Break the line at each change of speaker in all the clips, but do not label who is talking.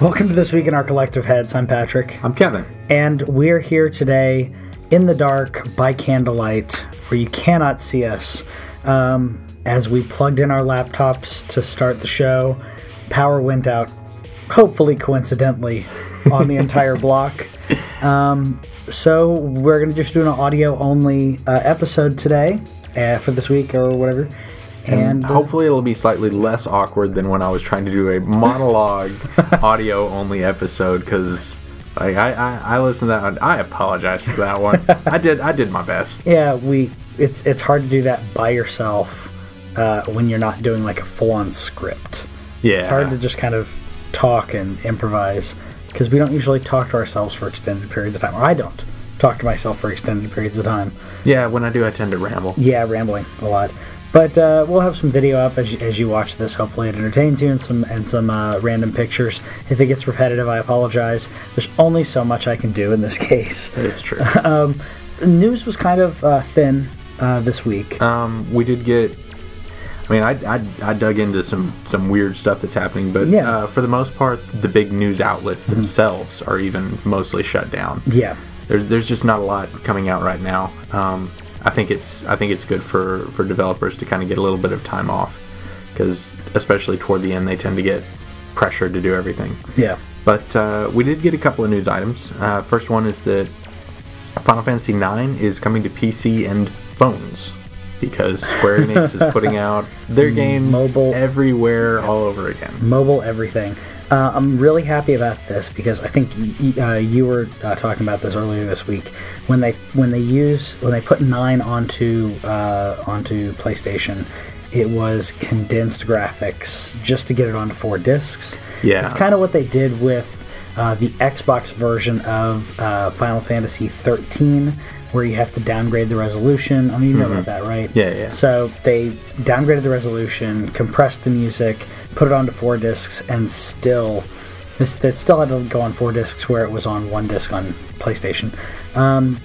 Welcome to This Week in Our Collective Heads. I'm Patrick.
I'm Kevin.
And we're here today in the dark by candlelight where you cannot see us. Um, as we plugged in our laptops to start the show, power went out, hopefully coincidentally, on the entire block. Um, so we're going to just do an audio only uh, episode today uh, for this week or whatever.
And hopefully it'll be slightly less awkward than when I was trying to do a monologue audio only episode because like I, I, I listened to that one. I apologize for that one. I did I did my best.
Yeah, we it's it's hard to do that by yourself uh, when you're not doing like a full on script.
Yeah.
It's hard to just kind of talk and improvise because we don't usually talk to ourselves for extended periods of time, or I don't talk to myself for extended periods of time.
Yeah, when I do, I tend to ramble.
Yeah, rambling a lot. But uh, we'll have some video up as, as you watch this. Hopefully, it entertains you and some and some uh, random pictures. If it gets repetitive, I apologize. There's only so much I can do in this case.
It's true.
Um, news was kind of uh, thin uh, this week.
Um, we did get. I mean, I, I, I dug into some, some weird stuff that's happening, but
Yeah. Mm-hmm.
uh, for the most part, the big news outlets themselves are even mostly shut down.
yeah,
there's there's just not a lot coming out right now. Um, I think it's I think it's good for for developers to kind of get a little bit of time off because especially toward the end they tend to get pressured to do everything.
yeah,
But uh, we did get a couple of news items. Uh, first one is that Final Fantasy IX is coming to PC and phones because Square Enix is putting out their games
Mobile.
everywhere all over again.
mobile everything. Uh, I'm really happy about this because I think y- y- uh, you were uh, talking about this earlier this week when they when they use when they put nine onto uh, onto PlayStation. It was condensed graphics just to get it onto four discs.
Yeah.
it's kind of what they did with uh, the Xbox version of uh, Final Fantasy 13, where you have to downgrade the resolution. I mean, you know about that, right?
Mm-hmm. Yeah, yeah.
So they downgraded the resolution, compressed the music, put it onto four discs, and still, this that still had to go on four discs where it was on one disc on PlayStation. Um,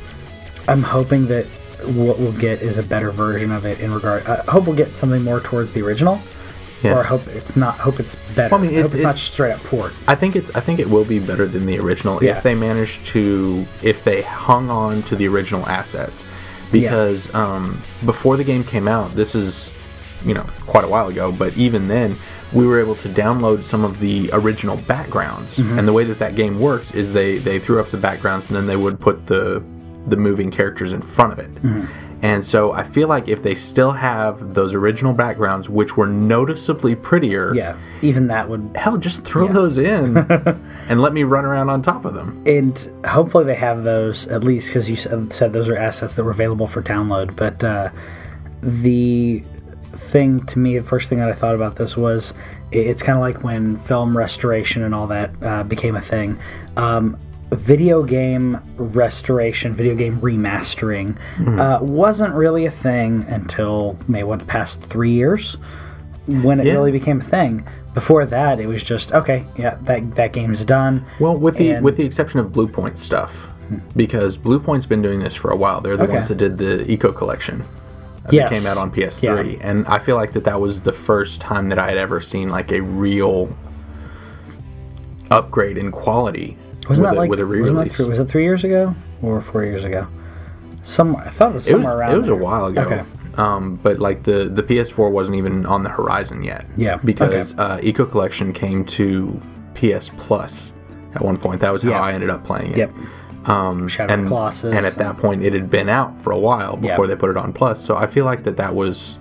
I'm hoping that what we'll get is a better version of it in regard. I hope we'll get something more towards the original,
Yeah.
or I hope it's not. Hope it's better.
Well, I mean,
hope
it's-
it's not
it's-
straight up port.
I think it's I think it will be better than the original
Yeah.
if they manage to if they hung on to the original assets because um, before the game came out this is you know quite a while ago but even then we were able to download some of the original backgrounds
Mm-hmm.
and the way that that game works is they they threw up the backgrounds and then they would put the the moving characters in front of it
Mm-hmm.
and so I feel like if they still have those original backgrounds which were noticeably prettier
Yeah, even that would.
hell just throw those in and let me run around on top of them
And hopefully they have those at least because you said, said those are assets that were available for download. But uh, the thing to me, the first thing that I thought about this was i- it's kind of like when film restoration and all that uh, became a thing. Um, video game restoration, video game remastering
Hmm.
uh, wasn't really a thing until maybe what the past three years when it
Yeah.
really became a thing. Before that, it was just okay. Yeah, that that game's done.
well with the
And-
with the exception of blue point stuff because blue point's been doing this for a while they're the
Okay.
ones that did the eco collection
yes.
that came out on ps3 and i feel like that that was the first time that i had ever seen like a real upgrade in quality
Wasn't
with,
that
a,
like
with a
wasn't that
re-release
three, was it three years ago or four years ago? Some I thought it was
it was,
somewhere around.
it was a
there.
while ago
Okay.
um, but like the, the ps4 wasn't even on the horizon yet
Yeah,
because uh, eco collection came to ps plus at one point that was how
Yeah.
i ended up playing it
Yep. Um, Shadow of
and,
the Colossus.
and at that point it had been out for a while before they put it on plus so i feel like that that was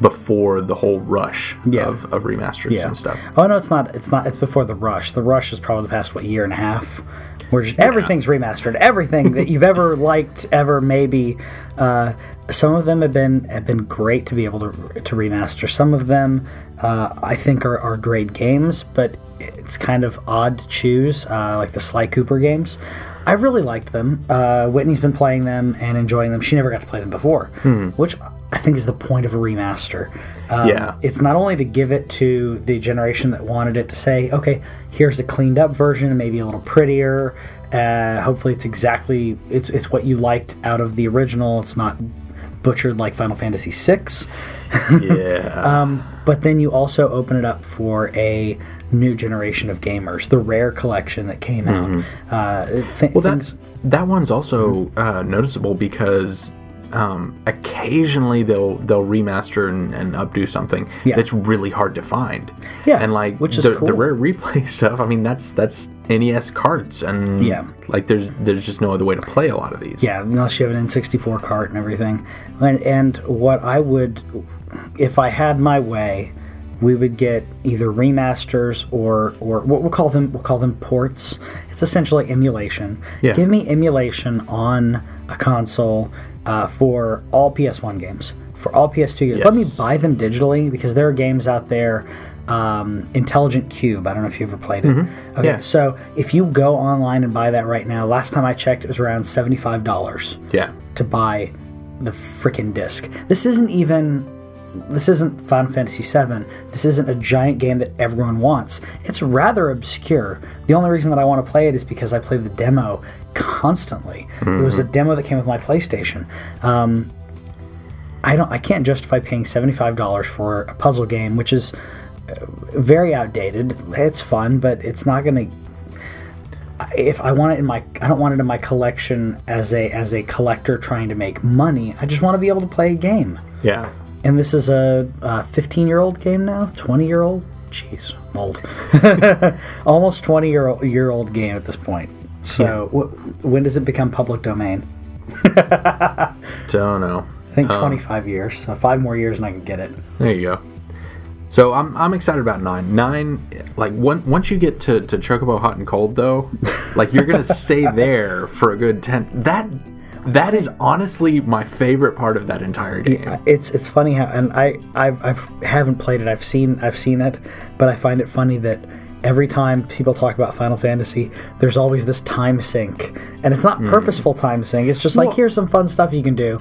before the whole rush
Yeah.
of, of remasters
Yeah.
and stuff
Oh no, it's not. It's not. It's before the rush. The rush is probably the past what year and a half. Where just, everything's remastered. Everything that you've ever liked, ever maybe. Uh, some of them have been have been great to be able to to remaster. Some of them, uh, I think, are, are great games, but it's kind of odd to choose. Uh, like the Sly Cooper games, I really liked them. Uh, Whitney's been playing them and enjoying them. She never got to play them before,
Hmm.
which I think is the point of a remaster. Um,
Yeah.
it's not only to give it to the generation that wanted it to say, okay, here's a cleaned up version, maybe a little prettier. Uh, hopefully, it's exactly it's it's what you liked out of the original. It's not butchered like Final Fantasy VI.
Yeah.
Um, but then you also open it up for a new generation of gamers, the rare collection that came out. Uh, th-
Mm-hmm. well,
things-
that's that one's also uh, noticeable because um, occasionally they'll they'll remaster and, and updo something
Yeah.
that's really hard to find.
Yeah,
and like
which is
the,
cool.
the rare replay stuff. I mean, that's that's NES cards, and
Yeah.
like there's there's just no other way to play a lot of these.
Yeah, unless you have an N64 cart and everything. And, and what I would, if I had my way, we would get either remasters or or what we'll call them we'll call them ports. It's essentially emulation.
Yeah.
Give me emulation on a console uh, for all PS1 games, for all PS2 games. Let me
Yes.
buy them digitally because there are games out there. Um, Intelligent Cube. I don't know if you ever played it. Okay,
Yeah.
so if you go online and buy that right now, last time I checked, it was around seventy-five dollars
yeah,
to buy the freaking disc. This isn't even. This isn't Final Fantasy VII. This isn't a giant game that everyone wants. It's rather obscure. The only reason that I want to play it is because I play the demo constantly. It was a demo that came with my PlayStation. Um, I don't. I can't justify paying seventy-five dollars for a puzzle game, which is uh, very outdated. It's fun, but it's not going to if I want it in my I don't want it in my collection as a as a collector trying to make money. I just want to be able to play a game.
yeah.
And this is a, a 15 year old game now, 20 year old. Jeez, I'm old. Almost 20 year old year old game at this point. So wh- when does it become public domain?
Don't know.
I think 25 years. So five more years and I can get it.
There you go. So I'm, I'm excited about nine. Nine, like one, once you get to, to Chocobo Hot and Cold, though, like you're gonna stay there for a good ten. That that is honestly my favorite part of that entire game.
It's it's funny how and I I've, I've haven't played it. I've seen I've seen it, but I find it funny that every time people talk about Final Fantasy, there's always this time sink, and it's not purposeful time sink. It's just like
Hmm. Well-
here's some fun stuff you can do.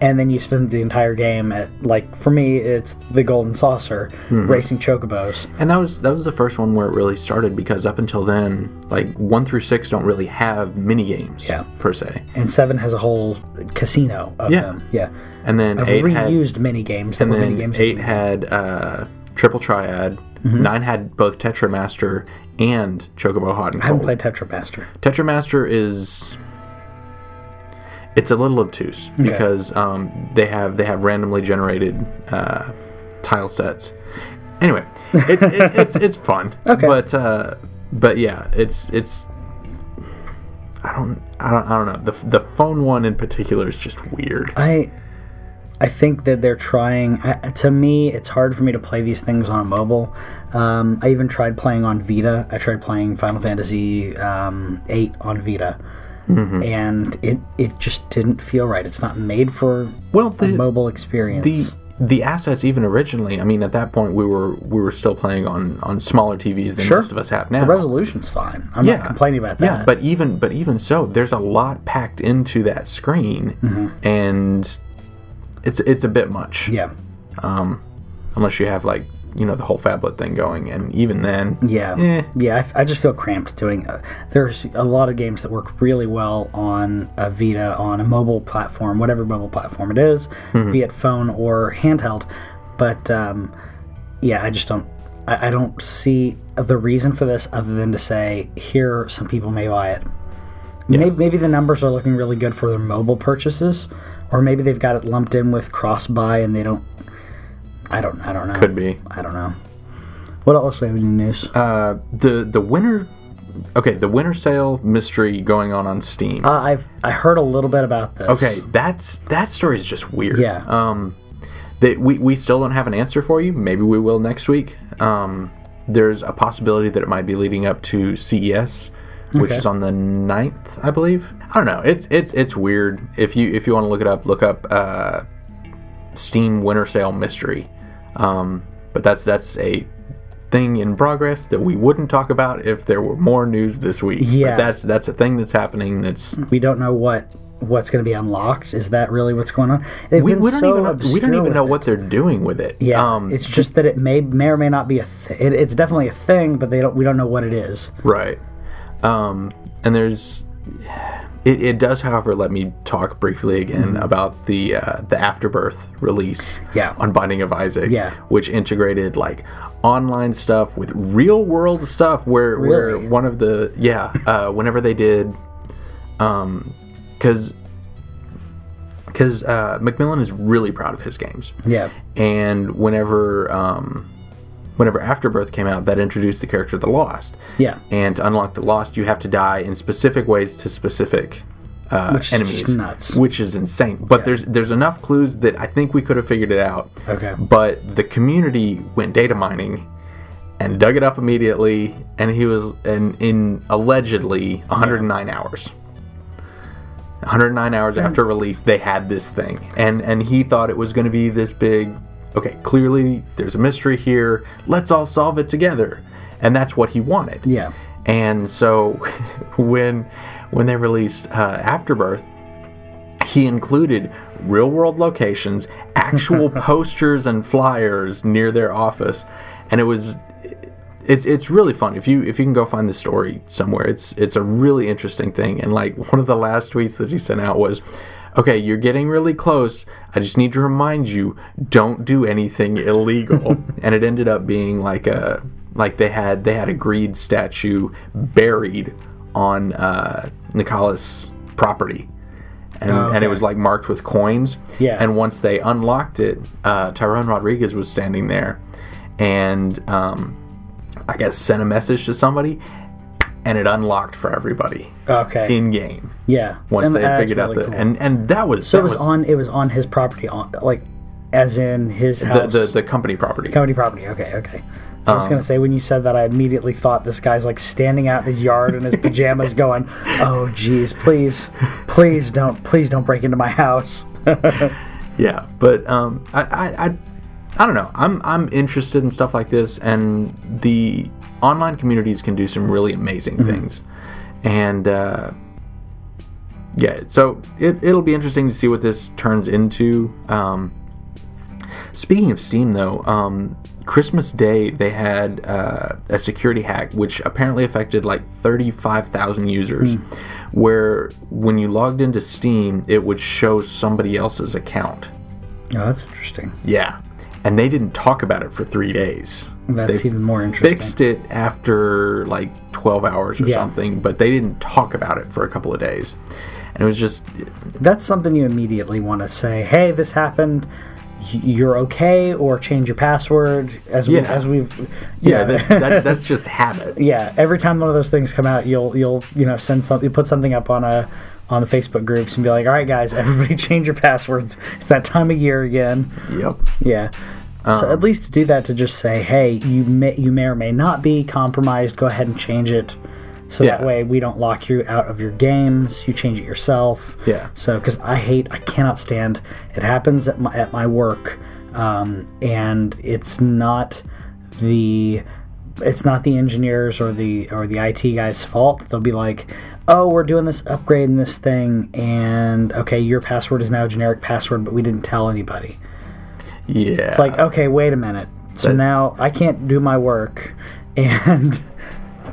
And then you spend the entire game at like for me it's the golden saucer
Hmm.
racing chocobos.
And that was that was the first one where it really started because up until then, like one through six don't really have mini games,
Yeah.
per se.
And seven has a whole casino of
Yeah.
them. Yeah.
And then eight had
Reused mini games that were mini
then
games.
eight had uh, triple triad.
Mm-hmm.
Nine had both Tetramaster and Chocobo Hot and
I haven't played
Cold.
Tetramaster.
Tetramaster is it's a little obtuse because um, they have they have randomly generated uh, tile sets. Anyway, it's it's, it's, it's fun.
Okay.
But uh, but yeah, it's it's I don't I don't I don't know the the phone one in particular is just weird.
I I think that they're trying. I, to me, it's hard for me to play these things on a mobile. Um, I even tried playing on Vita. I tried playing Final Fantasy um, VIII on Vita,
Mm-hmm.
and it it just didn't feel right. It's not made for
Well, the
a mobile experience.
the the assets even originally. I mean, at that point we were we were still playing on on smaller TVs than
Sure.
most of us have now.
The resolution's fine. I'm not complaining about that.
Yeah, but even but even so, there's a lot packed into that screen, and it's it's a bit much.
yeah,
Unless you have like you know the whole phablet thing going, and even then,
Yeah,
Eh.
yeah. I f- I, just feel cramped doing. Uh, there's a lot of games that work really well on a Vita, on a mobile platform, whatever mobile platform it is,
Mm-hmm.
be it phone or handheld. But um, yeah, I just don't. I, I don't see the reason for this other than to say here some people may buy it. Maybe, maybe the numbers are looking really good for their mobile purchases, or maybe they've got it lumped in with cross buy and they don't. I don't. I don't know.
could be
I don't know. What else do we have in the news?
uh, the the winter. Okay, the winter sale mystery going on on Steam.
Uh, I've I heard a little bit about this.
okay, that's that story is just weird.
Yeah.
Um, that we we still don't have an answer for you. Maybe we will next week. Um, there's a possibility that it might be leading up to CES, which
Okay.
is on the 9th, I believe. I don't know. It's it's it's weird. If you if you want to look it up, look up uh, Steam Winter Sale Mystery. Um, but that's that's a thing in progress that we wouldn't talk about if there were more news this week.
Yeah.
But that's that's a thing that's happening. That's
We don't know what what's going to be unlocked. Is that really what's going on? They've
we,
been
we don't
so
even we
obscure
don't even
with
know
it.
what they're doing with it.
Yeah,
Um,
it's just that it may may or may not be a. Th- it, it's definitely a thing, but they don't. We don't know what it is.
right. Um, and there's It, it does, however, let me talk briefly again about the uh, the afterbirth release
Mm-hmm. Yeah.
on Binding of Isaac,
Yeah.
which integrated like online stuff with real world stuff. Where
Really?
where one of the yeah, uh, whenever they did, um, because because uh, Macmillan is really proud of his games
Yeah.
and whenever um, whenever Afterbirth came out, that introduced the character the Lost.
Yeah.
And to unlock the Lost, you have to die in specific ways to specific uh,
Which is
enemies,
just nuts.
which is insane. But there's there's enough clues that I think we could have figured it out.
Okay.
But the community went data mining. And dug it up immediately, and he was in, in allegedly 109 hours. 109 hours after release, they had this thing, and and he thought it was going to be this big. Okay, clearly there's a mystery here. Let's all solve it together, and that's what he wanted.
Yeah.
And so, when when they released uh, Afterbirth, he included real world locations, actual posters and flyers near their office, and it was it's it's really fun if you if you can go find the story somewhere. It's it's a really interesting thing. And like one of the last tweets that he sent out was, "Okay, you're getting really close. I just need to remind you, don't do anything illegal." and it ended up being like a like they had they had a greed statue buried on uh, Nicholas property. And, and it was like marked with coins.
Yeah.
And once they unlocked it, uh, Tyrone Rodriguez was standing there, and um, I guess sent a message to somebody, and it unlocked for everybody
Okay.
in game
yeah.
once
And
they had
that's
figured out
really
the
cool.
and and that was
So
that
it was, on. It was on his property, on like, as in his
the,
house.
the the company property.
Company property. Okay, okay. I was gonna
Um,
say when you said that, I immediately thought this guy's like standing out in his yard in his pajamas, going, "Oh, geez, please, please don't, please don't break into my house."
Yeah, but um, I, I I I don't know. I'm I'm interested in stuff like this, and the online communities can do some really amazing
Mm-hmm.
things, and. Uh, yeah, so it, it'll be interesting to see what this turns into. Um, Speaking of Steam, though, um, Christmas Day they had uh, a security hack which apparently affected like 35,000 users.
Hmm.
Where when you logged into Steam, it would show somebody else's account.
Oh, that's interesting.
Yeah. And they didn't talk about it for three days.
That's
they
even more interesting.
fixed it after like 12 hours or
Yeah.
something, but they didn't talk about it for a couple of days. And it was just,
That's something you immediately want to say. Hey, this happened. Y- You're okay, or change your password. As we,
Yeah.
as we've,
yeah, that, that, that's just habit.
yeah every time one of those things come out you'll you'll you know send something put something up on a on the facebook groups and be like all right guys everybody change your passwords it's that time of year again
Yep.
yeah so
Um,
at least to do that to just say hey you may you may or may not be compromised go ahead and change it so that
Yeah.
way we don't lock you out of your games you change it yourself
Yeah.
so because i hate i cannot stand it happens at my at my work um, and it's not the it's not the engineers or the or the IT guys' fault. They'll be like, "Oh, we're doing this upgrade in this thing, and okay, your password is now a generic password, but we didn't tell anybody."
Yeah.
It's like, okay, wait a minute. So
That-
now I can't do my work, and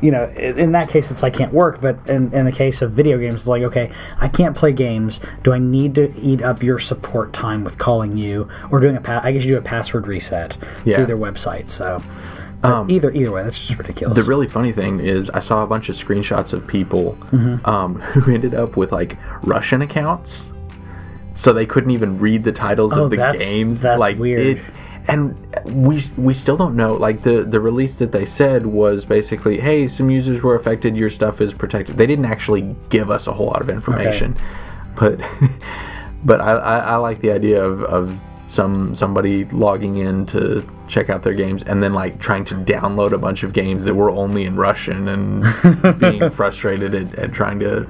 you know, i- in that case, it's I can't work. But in, in the case of video games, it's like, okay, I can't play games. Do I need to eat up your support time with calling you or doing a? Pa- I guess you do a password reset
Yeah. Um,
through their website. So but either either way, that's just ridiculous.
The really funny thing is, I saw a bunch of screenshots of people um, who ended up with like Russian accounts, so they couldn't even read the titles
Oh,
of the
that's-
games.
that's
like
weird.
it, and we we still don't know. Like the the release that they said was basically, hey, some users were affected. Your stuff is protected. They didn't actually give us a whole lot of information, but but I, I, I like the idea of. of some somebody logging in to check out their games and then like trying to download a bunch of games that were only in Russian and being frustrated at, at trying to,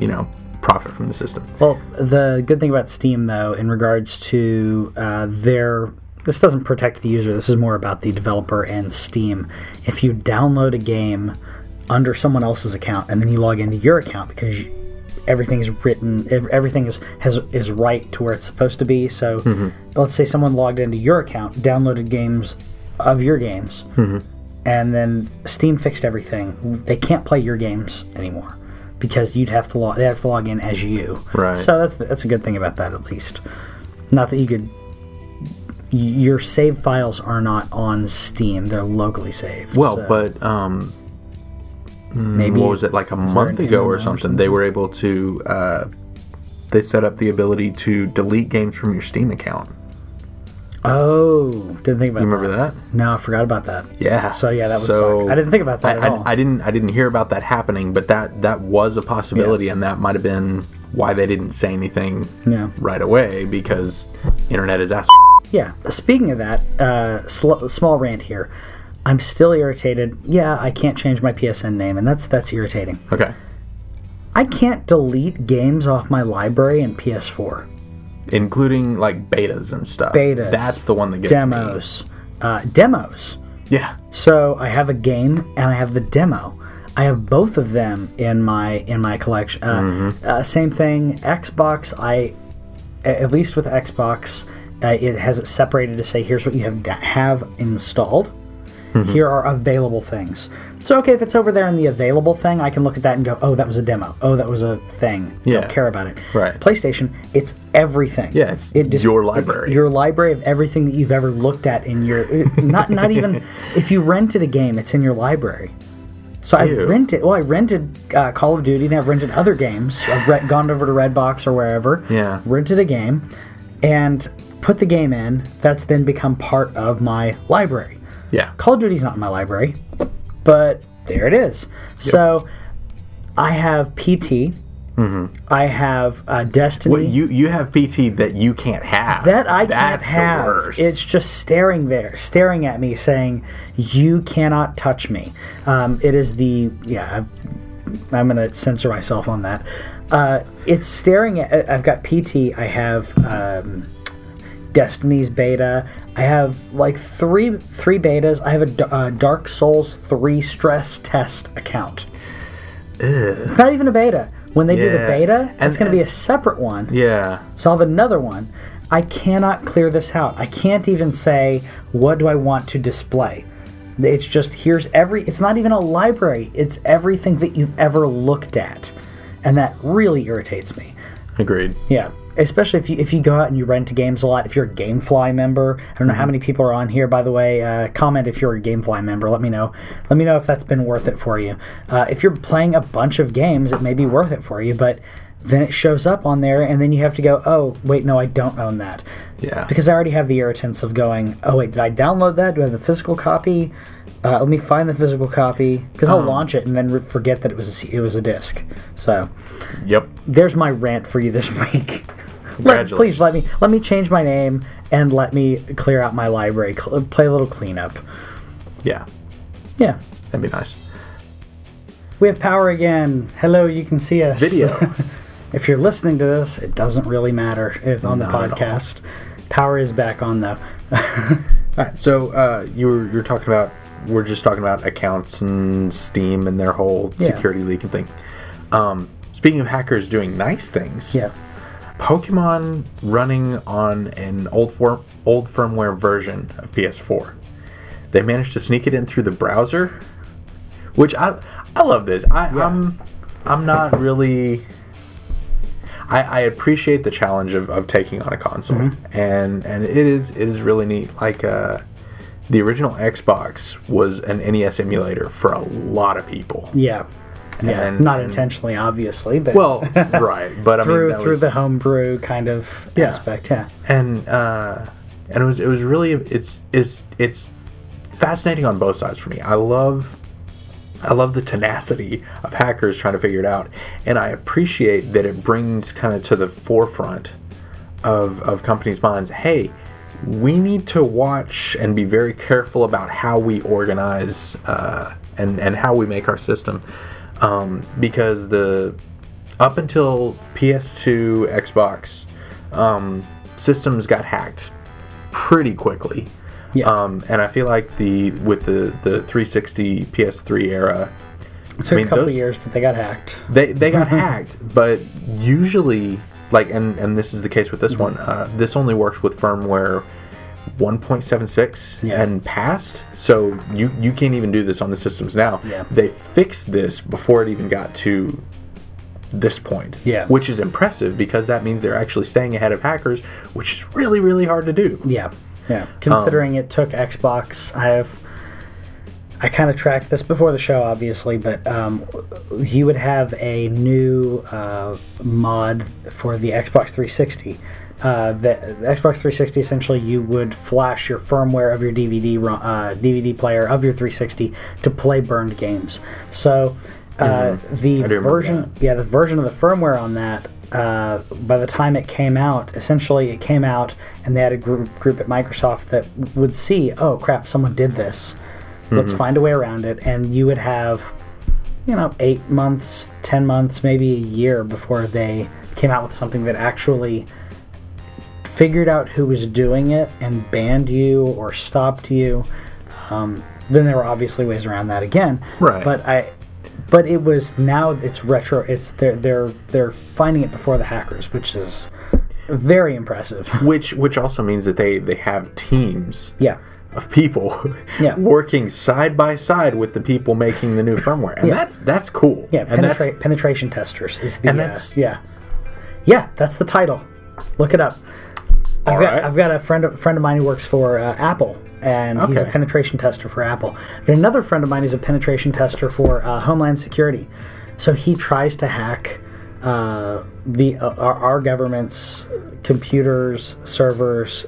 you know, profit from the system.
Well, the good thing about Steam, though, in regards to uh, their this doesn't protect the user. This is more about the developer and Steam. If you download a game under someone else's account and then you log into your account because you, everything's written, ev- everything is has is right to where it's supposed to be. So, let's say someone logged into your account, downloaded games of your games, and then Steam fixed everything. They can't play your games anymore. because you'd have to log they have to log in as you.
Right.
So that's that's a good thing about that at least. Not that you could y- your save files are not on Steam; they're locally saved.
Well,
so
but um,
maybe
what was it like a
there
month
an
ago
MMO or
or something? They were able to. Uh, they set up the ability to delete games from your Steam account.
Oh, didn't think about.
You remember that?
No, I forgot about that.
Yeah.
So yeah, that would
So,
suck. I didn't think about that
I,
at
I-
all.
I didn't. I didn't hear about that happening, but that that was a possibility, and that might have been why they didn't say anything
Yeah.
right away because internet is ass.
Yeah. Speaking of that, uh, sl- small rant here. I'm still irritated. Yeah, I can't change my PSN name, and that's that's irritating.
Okay.
I can't delete games off my library in PS4
Including like betas and stuff.
betas.
That's the one that gets Me.
demos. Uh, demos.
Yeah.
So I have a game and I have the demo. I have both of them in my in my collection. Uh,
Mm-hmm.
uh, same thing. Xbox. I a- at least with Xbox, uh, it has it separated to say here's what you have have installed.
Mm-hmm.
Here are available things. So okay, if it's over there in the available thing, I can look at that and go, oh, that was a demo. Oh, that was a thing.
Yeah.
Don't care about it.
Right.
PlayStation, it's everything.
Yeah, it's your library.
your library of everything that you've ever looked at in your not not even if you rented a game, it's in your library. So I
Ew.
rented. Well, I rented uh, Call of Duty, and I've rented other games. I've re- gone over to Redbox or wherever.
Yeah.
Rented a game, and put the game in. That's then become part of my library.
Yeah.
Call of Duty's not in my library, but there it is. So I have PT.
Mm-hmm.
I have uh, Destiny.
Well, you you have PT that you can't have.
That I
That's
can't have.
The worst.
It's just staring there, staring at me, saying, "You cannot touch me." Um, it is the yeah. I- I'm gonna censor myself on that. Uh, it's staring at. uh, I've got PT. I have um, Destiny's beta. I have like three three betas. I have a D- uh, Dark Souls three stress test account. It's not even a beta. When they do the
Yeah.
beta,
And-
it's going to be
and-
a separate one.
yeah.
So I'll have another one. I cannot clear this out. I can't even say, what do I want to display? It's just, here's every, it's not even a library, it's everything that you've ever looked at. And that really irritates me.
Agreed.
Yeah. Especially if you if you go out and you rent games a lot. If you're a GameFly member, I don't know how many people are on here. By the way, uh, comment if you're a GameFly member. Let me know. Let me know if that's been worth it for you. Uh, if you're playing a bunch of games, it may be worth it for you, but then it shows up on there, and then you have to go, oh wait, no, I don't own that.
Yeah.
Because I already have the irritants of going, oh wait, did I download that? Do I have the physical copy? Uh, let me find the physical copy because I'll launch it and then re- forget that it was a, C- it was a disc. So
Yep.
there's my rant for you this week. Let,
Congratulations.
please let me let me change my name and let me clear out my library, cl- play a little cleanup.
Yeah.
Yeah,
That'd be nice.
we have power again. Hello, you can see us.
Video.
If you're listening to this, it doesn't really matter if on
Not
the
at all.
podcast. Power is back on though.
All right. So uh, you were you were talking about we're just talking about accounts and Steam and their whole
Yeah.
security leak and thing. Um, speaking of hackers doing nice things,
Yeah.
Pokemon running on an old form old firmware version of PS4. They managed to sneak it in through the browser, which I I love this. I, I'm I'm not really. I, I appreciate the challenge of, of taking on a console,
Mm-hmm.
and and it is it is really neat. Like uh, the original Xbox was an NES emulator for a lot of people.
Yeah. Yeah.
And-
Not
and-
intentionally, obviously, but
Well, right, but I
through
mean that
through
was,
the homebrew kind of
Yeah.
aspect. Yeah.
and uh, and it was it was really it's it's it's fascinating on both sides for me. I love I love the tenacity of hackers trying to figure it out, and I appreciate that it brings kind of to the forefront of of companies' minds. Hey. We need to watch and be very careful about how we organize uh, and and how we make our system, um, because the up until PS2, Xbox, um, systems got hacked pretty quickly.
Yeah.
Um, and I feel like the with the, the 360 PS3 era,
It took
mean,
a couple
those-
years, but they got hacked.
they they got hacked. But usually, like, and and this is the case with
Mm-hmm.
this one. Uh, this only works with firmware 1.76
Yeah.
and past. So you you can't even do this on the systems now.
Yeah.
They fixed this before it even got to this point.
Yeah.
Which is impressive because that means they're actually staying ahead of hackers, which is really, really hard to do.
Yeah, yeah. Considering it took Xbox, I have. I kind of tracked this before the show, obviously, but um, you would have a new uh, mod for the Xbox 360. Uh, the, the Xbox 360 essentially, you would flash your firmware of your DVD ro- uh, DVD player of your 360 to play burned games. So uh, the
remember
version, yeah, the version of the firmware on that. Uh, by the time it came out, essentially it came out, and they had a group group at Microsoft that would see, oh crap, someone did this. Let's find a way around it, and you would have you know, eight months, ten months, maybe a year before they came out with something that actually figured out who was doing it and banned you or stopped you. Um, then there were obviously ways around that again.
Right.
But I, but it was now it's retro. It's they're they're they're finding it before the hackers, which is very impressive.
Which which also means that they they have teams
yeah.
of people
Yeah.
working side by side with the people making the new firmware. And that's that's cool.
Yeah,
and that's
penetra- penetration testers is the
And
uh,
that's-
yeah, yeah. That's the title. Look it up. I've
All
got
right.
I've got a friend friend of mine who works for uh, Apple, and he's a
Okay.
penetration tester for Apple. And another friend of mine is a penetration tester for uh, Homeland Security, so he tries to hack uh, the uh, our, our government's computers, servers.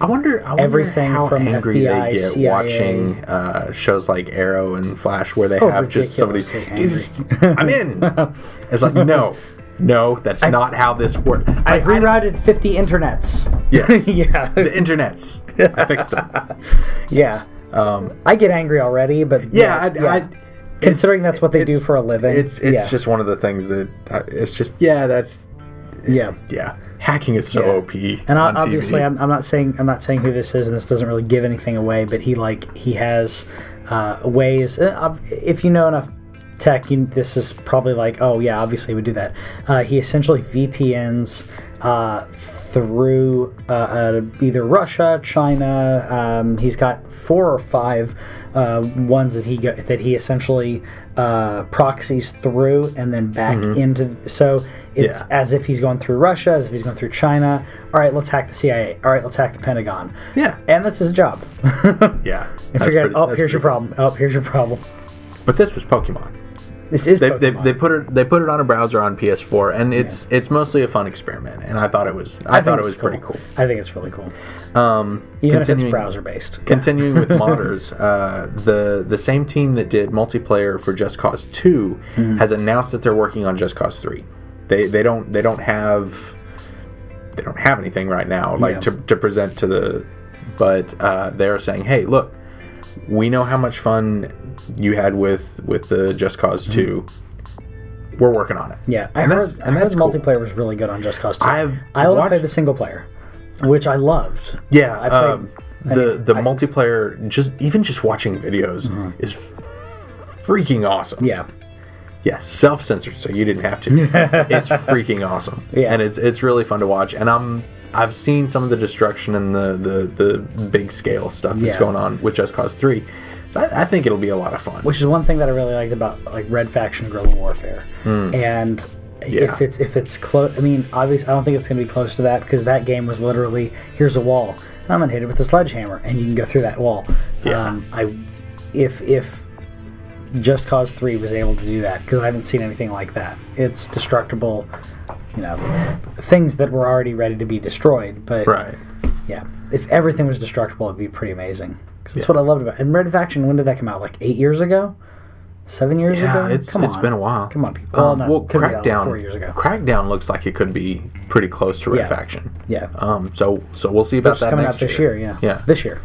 I wonder, I wonder
Everything
how
from
angry
FBI,
they get
CIA.
watching uh, shows like Arrow and Flash where they have just somebody,
Oh, ridiculously
"Dude, I'm in. It's like, no, no, that's not how this works.
I've rerouted fifty internets.
Yes.
yeah,
The internets. I fixed them.
yeah. I get angry already, but
um, Yeah, I, I,
Considering
it's-
that's what they do
it's-
for a living,
It's it's
yeah.
just one of the things that I, it's just yeah that's
yeah.
yeah hacking is so
Yeah.
op
And
on
o- obviously,
TV.
I'm, I'm not saying I'm not saying who this is, and this doesn't really give anything away. But he like he has uh, ways. uh, ob- If you know enough tech, you, this is probably like, oh yeah, obviously we do that. Uh, he essentially VPNs uh, through uh, uh, either Russia, China. Um, he's got four or five uh, ones that he go, that he essentially uh, proxies through and then back into. So it's
Mm-hmm. Yeah.
as if he's going through Russia, as if he's going through China. All right, let's hack the CIA. All right, let's hack the Pentagon.
yeah
And that's his job.
yeah.
And figure out, oh, here's your problem. Oh, here's your problem.
But this was Pokemon.
This is
They,
Pokemon.
they, they put it they put it on a browser on PS4 and it's it's mostly a fun experiment and I thought it was I,
think
thought it was
it's
pretty cool.
I think it's really cool.
Um,
Even if it's
continuing-
browser based.
Continuing with modders, uh, the the same team that did multiplayer for Just Cause Two
Mm-hmm.
has announced that they're working on Just Cause Three. They they don't they don't have they don't have anything right now like
Yeah.
to, to present to the, but uh, they're saying, hey, look, we know how much fun you had with with the Just because Two. We're working on it.
Mm-hmm. Yeah, I
and
heard,
that's and
I heard
that's cool.
multiplayer was really good on Just Cause 2.
I've
I only
watched-
played the single player, which I loved.
Yeah,
I played-
um,
I
the
mean,
the
I-
multiplayer just even just watching videos is freaking awesome.
Mm-hmm. Yeah,
Yeah, self censored, so you didn't have to. it's freaking awesome.
Yeah.
and it's it's really fun to watch. And I'm I've seen some of the destruction and the the, the big scale stuff that's
Yeah.
going on with Just Cause Three. I, I think it'll be a lot of fun.
which is one thing that I really liked about like Red Faction Guerrilla Warfare. And
Hmm. Yeah.
if it's if it's close, I mean, obviously, I don't think it's going to be close to that because that game was literally here's a wall, and I'm going to hit it with a sledgehammer, and you can go through that wall.
Yeah.
Um, I if if Just Cause Three was able to do that because I haven't seen anything like that. It's destructible, you know, things that were already ready to be destroyed, but
right.
yeah, if everything was destructible, it'd be pretty amazing. 'Cause that's what I loved about. And Red Faction, when did that come out? Like eight years ago, seven years ago.
Yeah, it's
come
it's
on.
been a while.
Come on, people.
Um,
well,
well,
no, couldn't be that long,
Crackdown.
four years ago.
Crackdown looks like it could be pretty close to Red
Yeah.
Faction.
Yeah,
Um. So so we'll see about
it's
that
coming
next
out this
year.
year. Yeah,
Yeah.
this year.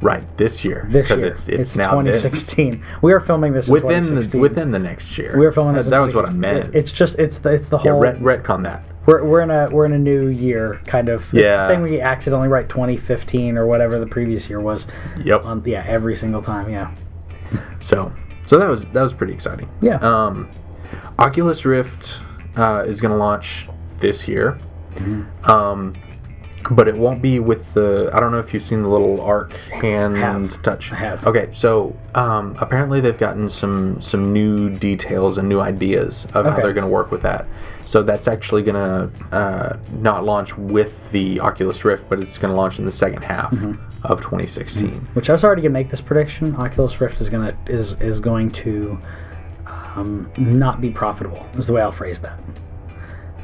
Right, this year.
This year.
it's, it's, now this.
2016. We are filming this in
Within the
2016.
within the next year.
we are filming this.
That,
in
that was what I
2016.
meant.
It- It's just it's the it's the
yeah,
whole
ret- retcon that.
we're, we're in a we're in a new year kind of it's
Yeah.
the thing where you accidentally write 2015 or whatever the previous year was
Yep.
on yeah every single time yeah
so so that was that was pretty exciting.
yeah
Um,
Mm-hmm.
Oculus Rift uh, is going to launch this year. Um, but it won't be with the i don't know if you've seen the little arc hand
have.
touch
I have.
okay so um, apparently they've gotten some some new details and new ideas of how
Okay.
they're going to work with that so that's actually going to uh, not launch with the oculus rift but it's going to launch in the second half
Mm-hmm.
of 2016
Which I was already gonna make this prediction. Oculus Rift is gonna is is going to um, not be profitable. Is the way I'll phrase that.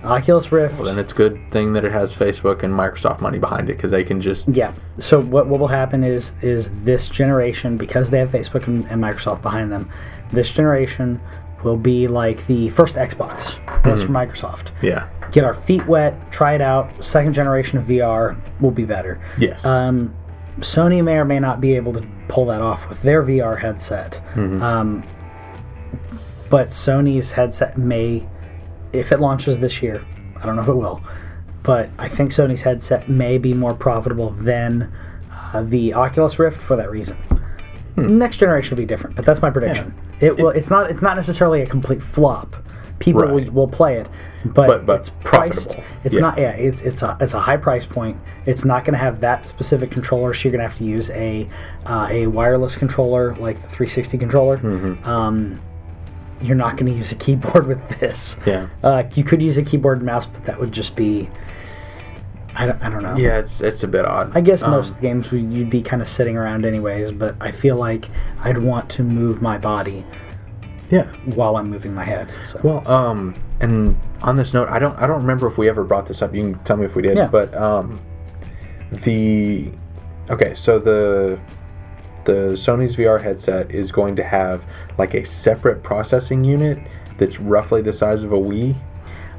Oculus Rift.
and it's a good thing that it has facebook and microsoft money behind it because they can just
Yeah. So what what will happen is is this generation because they have Facebook and, and Microsoft behind them, this generation will be like the first Xbox. That's from Microsoft.
yeah
Get our feet wet, try it out. Second generation of VR will be better.
yes
Um, Sony may or may not be able to pull that off with their VR headset. Um, but Sony's headset may, if it launches this year, I don't know if it will, but I think Sony's headset may be more profitable than uh, the Oculus Rift for that reason. Next generation will be different, but that's my prediction. It will. It's not. It's not necessarily a complete flop. People
Right.
will, will play it, but,
But- but
it's priced.
profitable.
It's
Yeah.
not yeah, it's it's a it's a high price point. It's not going to have that specific controller, so you're going to have to use a uh, a wireless controller like the 360 controller.
Mm-hmm.
Um, you're not going to use a keyboard with this.
Yeah.
uh, you could use a keyboard and mouse, but that would just be I don't, I don't know.
yeah Um, it's it's a bit odd
I guess most games we, you'd be kind of sitting around anyways, but I feel like I'd want to move my body
yeah
while I'm moving my head. So
Well, um, and on this note, I don't, I don't remember if we ever brought this up. You can tell me if we did.
Yeah.
But um, the okay, so the the Sony's VR headset is going to have like a separate processing unit that's roughly the size of a Wii.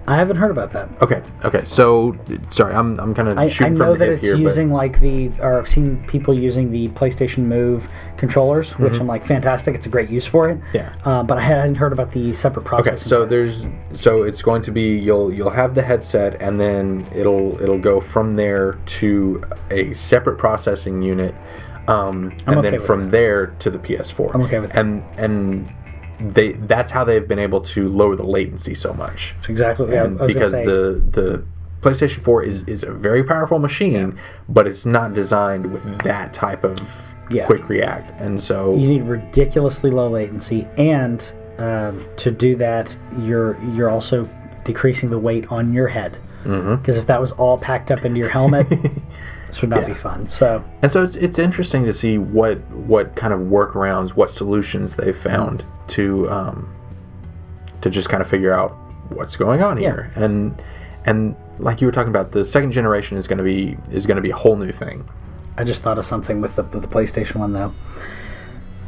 I haven't heard about that.
Okay, okay. So sorry, I'm I'm kind of
I, I
shooting
know
from
that
the hip
it's
here,
using like the, or I've seen people using the PlayStation Move controllers, which I'm like, fantastic. It's a great use for it.
Mm-hmm. Yeah.
Uh, but I hadn't heard about the separate
Okay,
processing.
so there's so it's going to be you'll you'll have the headset and then it'll it'll go from there to a separate processing unit, um, and
okay
then
with
from there to the PS4.
I'm okay with that.
and and they that's how they've been able to lower the latency so much
That's exactly what I
and
was gonna
because
say.
the the PlayStation 4 is is a very powerful machine, but it's not designed with that type of
Yeah.
quick react, and so
you need ridiculously low latency, and um, to do that, you're you're also decreasing the weight on your head. Because
Mm-hmm.
if that was all packed up into your helmet, this would not be fun. So
And so it's, it's interesting to see what what kind of workarounds, what solutions they've found to um, to just kind of figure out what's going on here. And and like you were talking about, the second generation is going to be is going to be a whole new thing.
I just thought of something with the, with the PlayStation one though.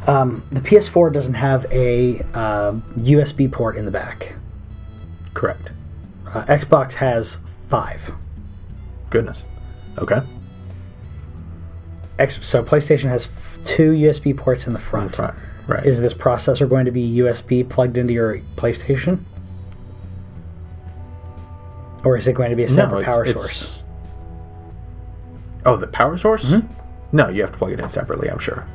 Um, the PS4 doesn't have a uh, USB port in the back.
Correct.
Uh, Xbox has five.
Goodness. Okay.
X- so PlayStation has f- two USB ports in the front.
Right. Right.
Is this processor going to be USB plugged into your PlayStation? Or is it going to be a separate
it's-
power
it's-
source?
Oh, the power source?
Mm-hmm.
No, you have to plug it in separately. I'm sure.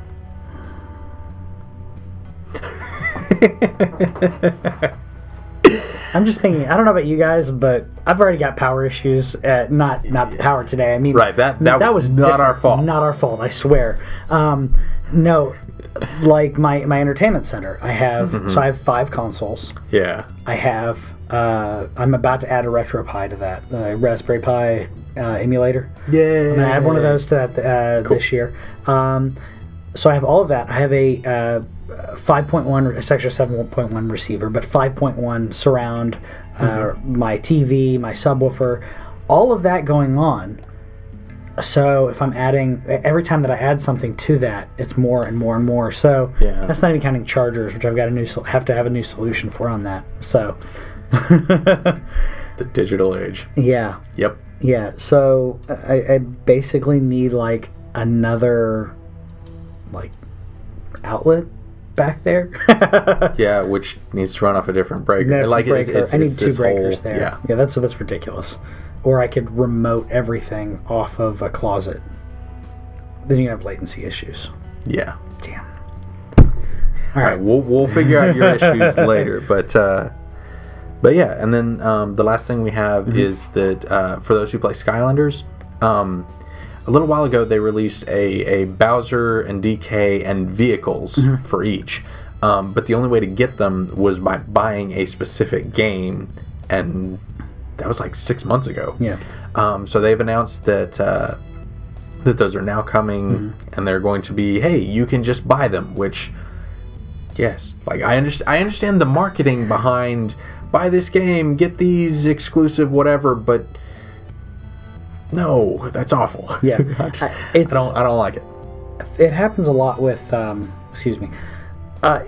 I'm just thinking. I don't know about you guys, but I've already got power issues. Uh, not not the power today. I mean,
Right, that- that was not
different.
our fault.
Not our fault. I swear. Um, no, like my my entertainment center. I have
Mm-hmm.
so I have five consoles.
Yeah.
I have. Uh, I'm about to add a RetroPie to that uh, Raspberry Pi uh, emulator.
Yeah.
I'm gonna add one of those to that uh, this year. Um, so I have all of that. I have a uh, 5.1, it's actually a 7.1 receiver, but 5.1 surround, uh, my TV, my subwoofer, all of that going on. So if I'm adding e, every time that I add something to that, it's more and more and more. So
Yeah.
that's not even counting chargers, which I've got a new sol- have to have a new solution for on that. So
The digital age.
yeah,
Yep.
Yeah, so I, I basically need like another like outlet back there.
Yeah, which needs to run off a different breaker.
Another
like it's-
breaker.
It's,
I need
it's
two
this
breakers
whole-
there.
Yeah.
that's that's ridiculous. Or I could remote everything off of a closet. Then you have latency issues.
Yeah.
Damn.
All right, we'll we'll figure out your issues later, but uh, but yeah, and then um, the last thing we have is that uh, for those who play Skylanders, Um, a little while ago, they released a, a Bowser and DK and vehicles for each. Um, but the only way to get them was by buying a specific game, and that was like six months ago.
Yeah.
Um, so they've announced that uh, that those are now coming, and they're going to be hey, you can just buy them. Which, yes, like I understand. I understand the marketing behind buy this game, get these exclusive whatever, but. No, that's awful.
Yeah, I- it's
I don't. I don't like it.
it happens a lot with um, excuse me uh,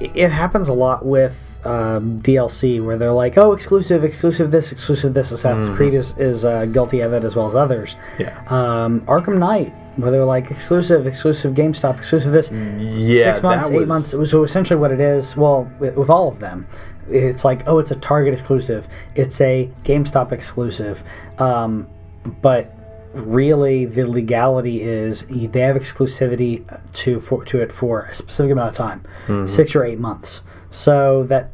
it happens a lot with um, dlc where they're like oh exclusive exclusive this exclusive this assassin's creed is, is uh, guilty of it as well as others
Mm-hmm. Yeah.
um, arkham knight where they're like exclusive exclusive gamestop exclusive this
Mm-hmm. Yeah.
six months
that
eight
was-
months so essentially what it is well with, with all of them it's like oh it's a target exclusive it's a gamestop exclusive um, but really the legality is you- they have exclusivity to for, to it for a specific amount of time
Mm-hmm.
six or eight months so that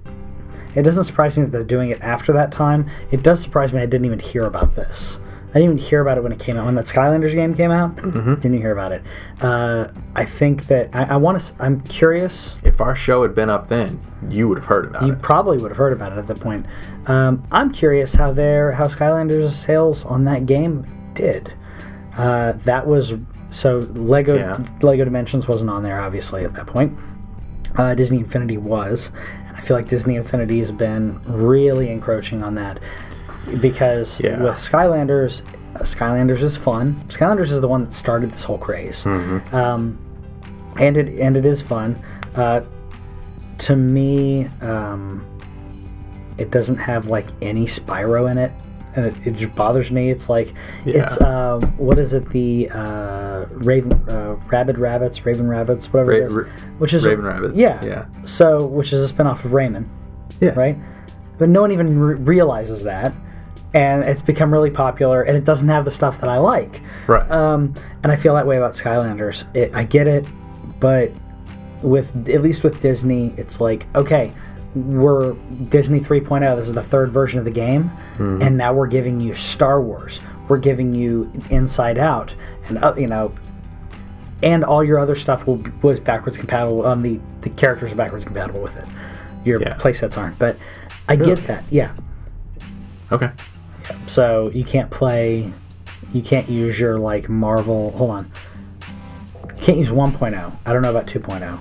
it doesn't surprise me that they're doing it after that time it does surprise me i didn't even hear about this i didn't even hear about it when it came out when that skylanders game came out didn't hear about it uh, i think that i, I want to i'm curious
If our show had been up then, you would have heard about
you
it.
probably would have heard about it at that point. Um, I'm curious how their how Skylanders sales on that game did. Uh, that was so Lego
Yeah.
Lego Dimensions wasn't on there obviously at that point. Uh, Disney Infinity was, and I feel like Disney Infinity has been really encroaching on that because
Yeah.
with Skylanders, Skylanders is fun. Skylanders is the one that started this whole craze,
Mm-hmm.
um, and it and it is fun. Uh, to me, um, it doesn't have like any Spyro in it, and it, it just bothers me. It's like it's um, what is it? The uh, Raven, uh, Rabid Rabbits, Raven Rabbits, whatever it
Ra-
is,
ra-
which is
Raven Rabbits,
Yeah,
yeah.
So which is a spinoff of Raymond,
Yeah.
right? But no one even re- realizes that, and it's become really popular, and it doesn't have the stuff that I like.
Right.
Um, and I feel that way about Skylanders. It, I get it, but with at least with Disney, it's like okay, we're Disney 3.0. This is the third version of the game,
Mm-hmm.
and now we're giving you Star Wars. We're giving you Inside Out, and uh, you know, and all your other stuff will was backwards compatible. On the the characters are backwards compatible with it. Your
Yeah.
playsets aren't, but I
Really?
get that. Yeah,
okay.
so you can't play, you can't use your like Marvel. Hold on. You can't use 1.0. I don't know about 2.0.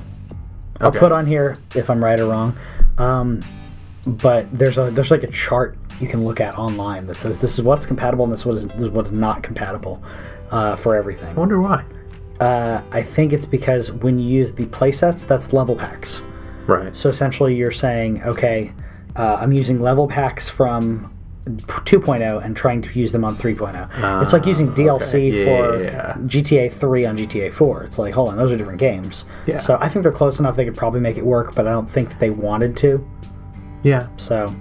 I'll
Okay.
put on here if I'm right or wrong. Um, but there's a there's like a chart you can look at online that says this is what's compatible and this what is this is what's not compatible uh, for
I
everything.
wonder why.
Uh, I think it's because when you use the playsets, that's level packs.
Right.
So essentially, you're saying, okay, uh, I'm using level packs from 2.0 and trying to use them on 3.0. it's like using DLC
Ah, okay.
for
Yeah.
GTA 3 on GTA 4. It's like, hold on, those are different games.
Yeah.
So I think they're close enough they could probably make it work, but I don't think that they wanted to.
yeah.
So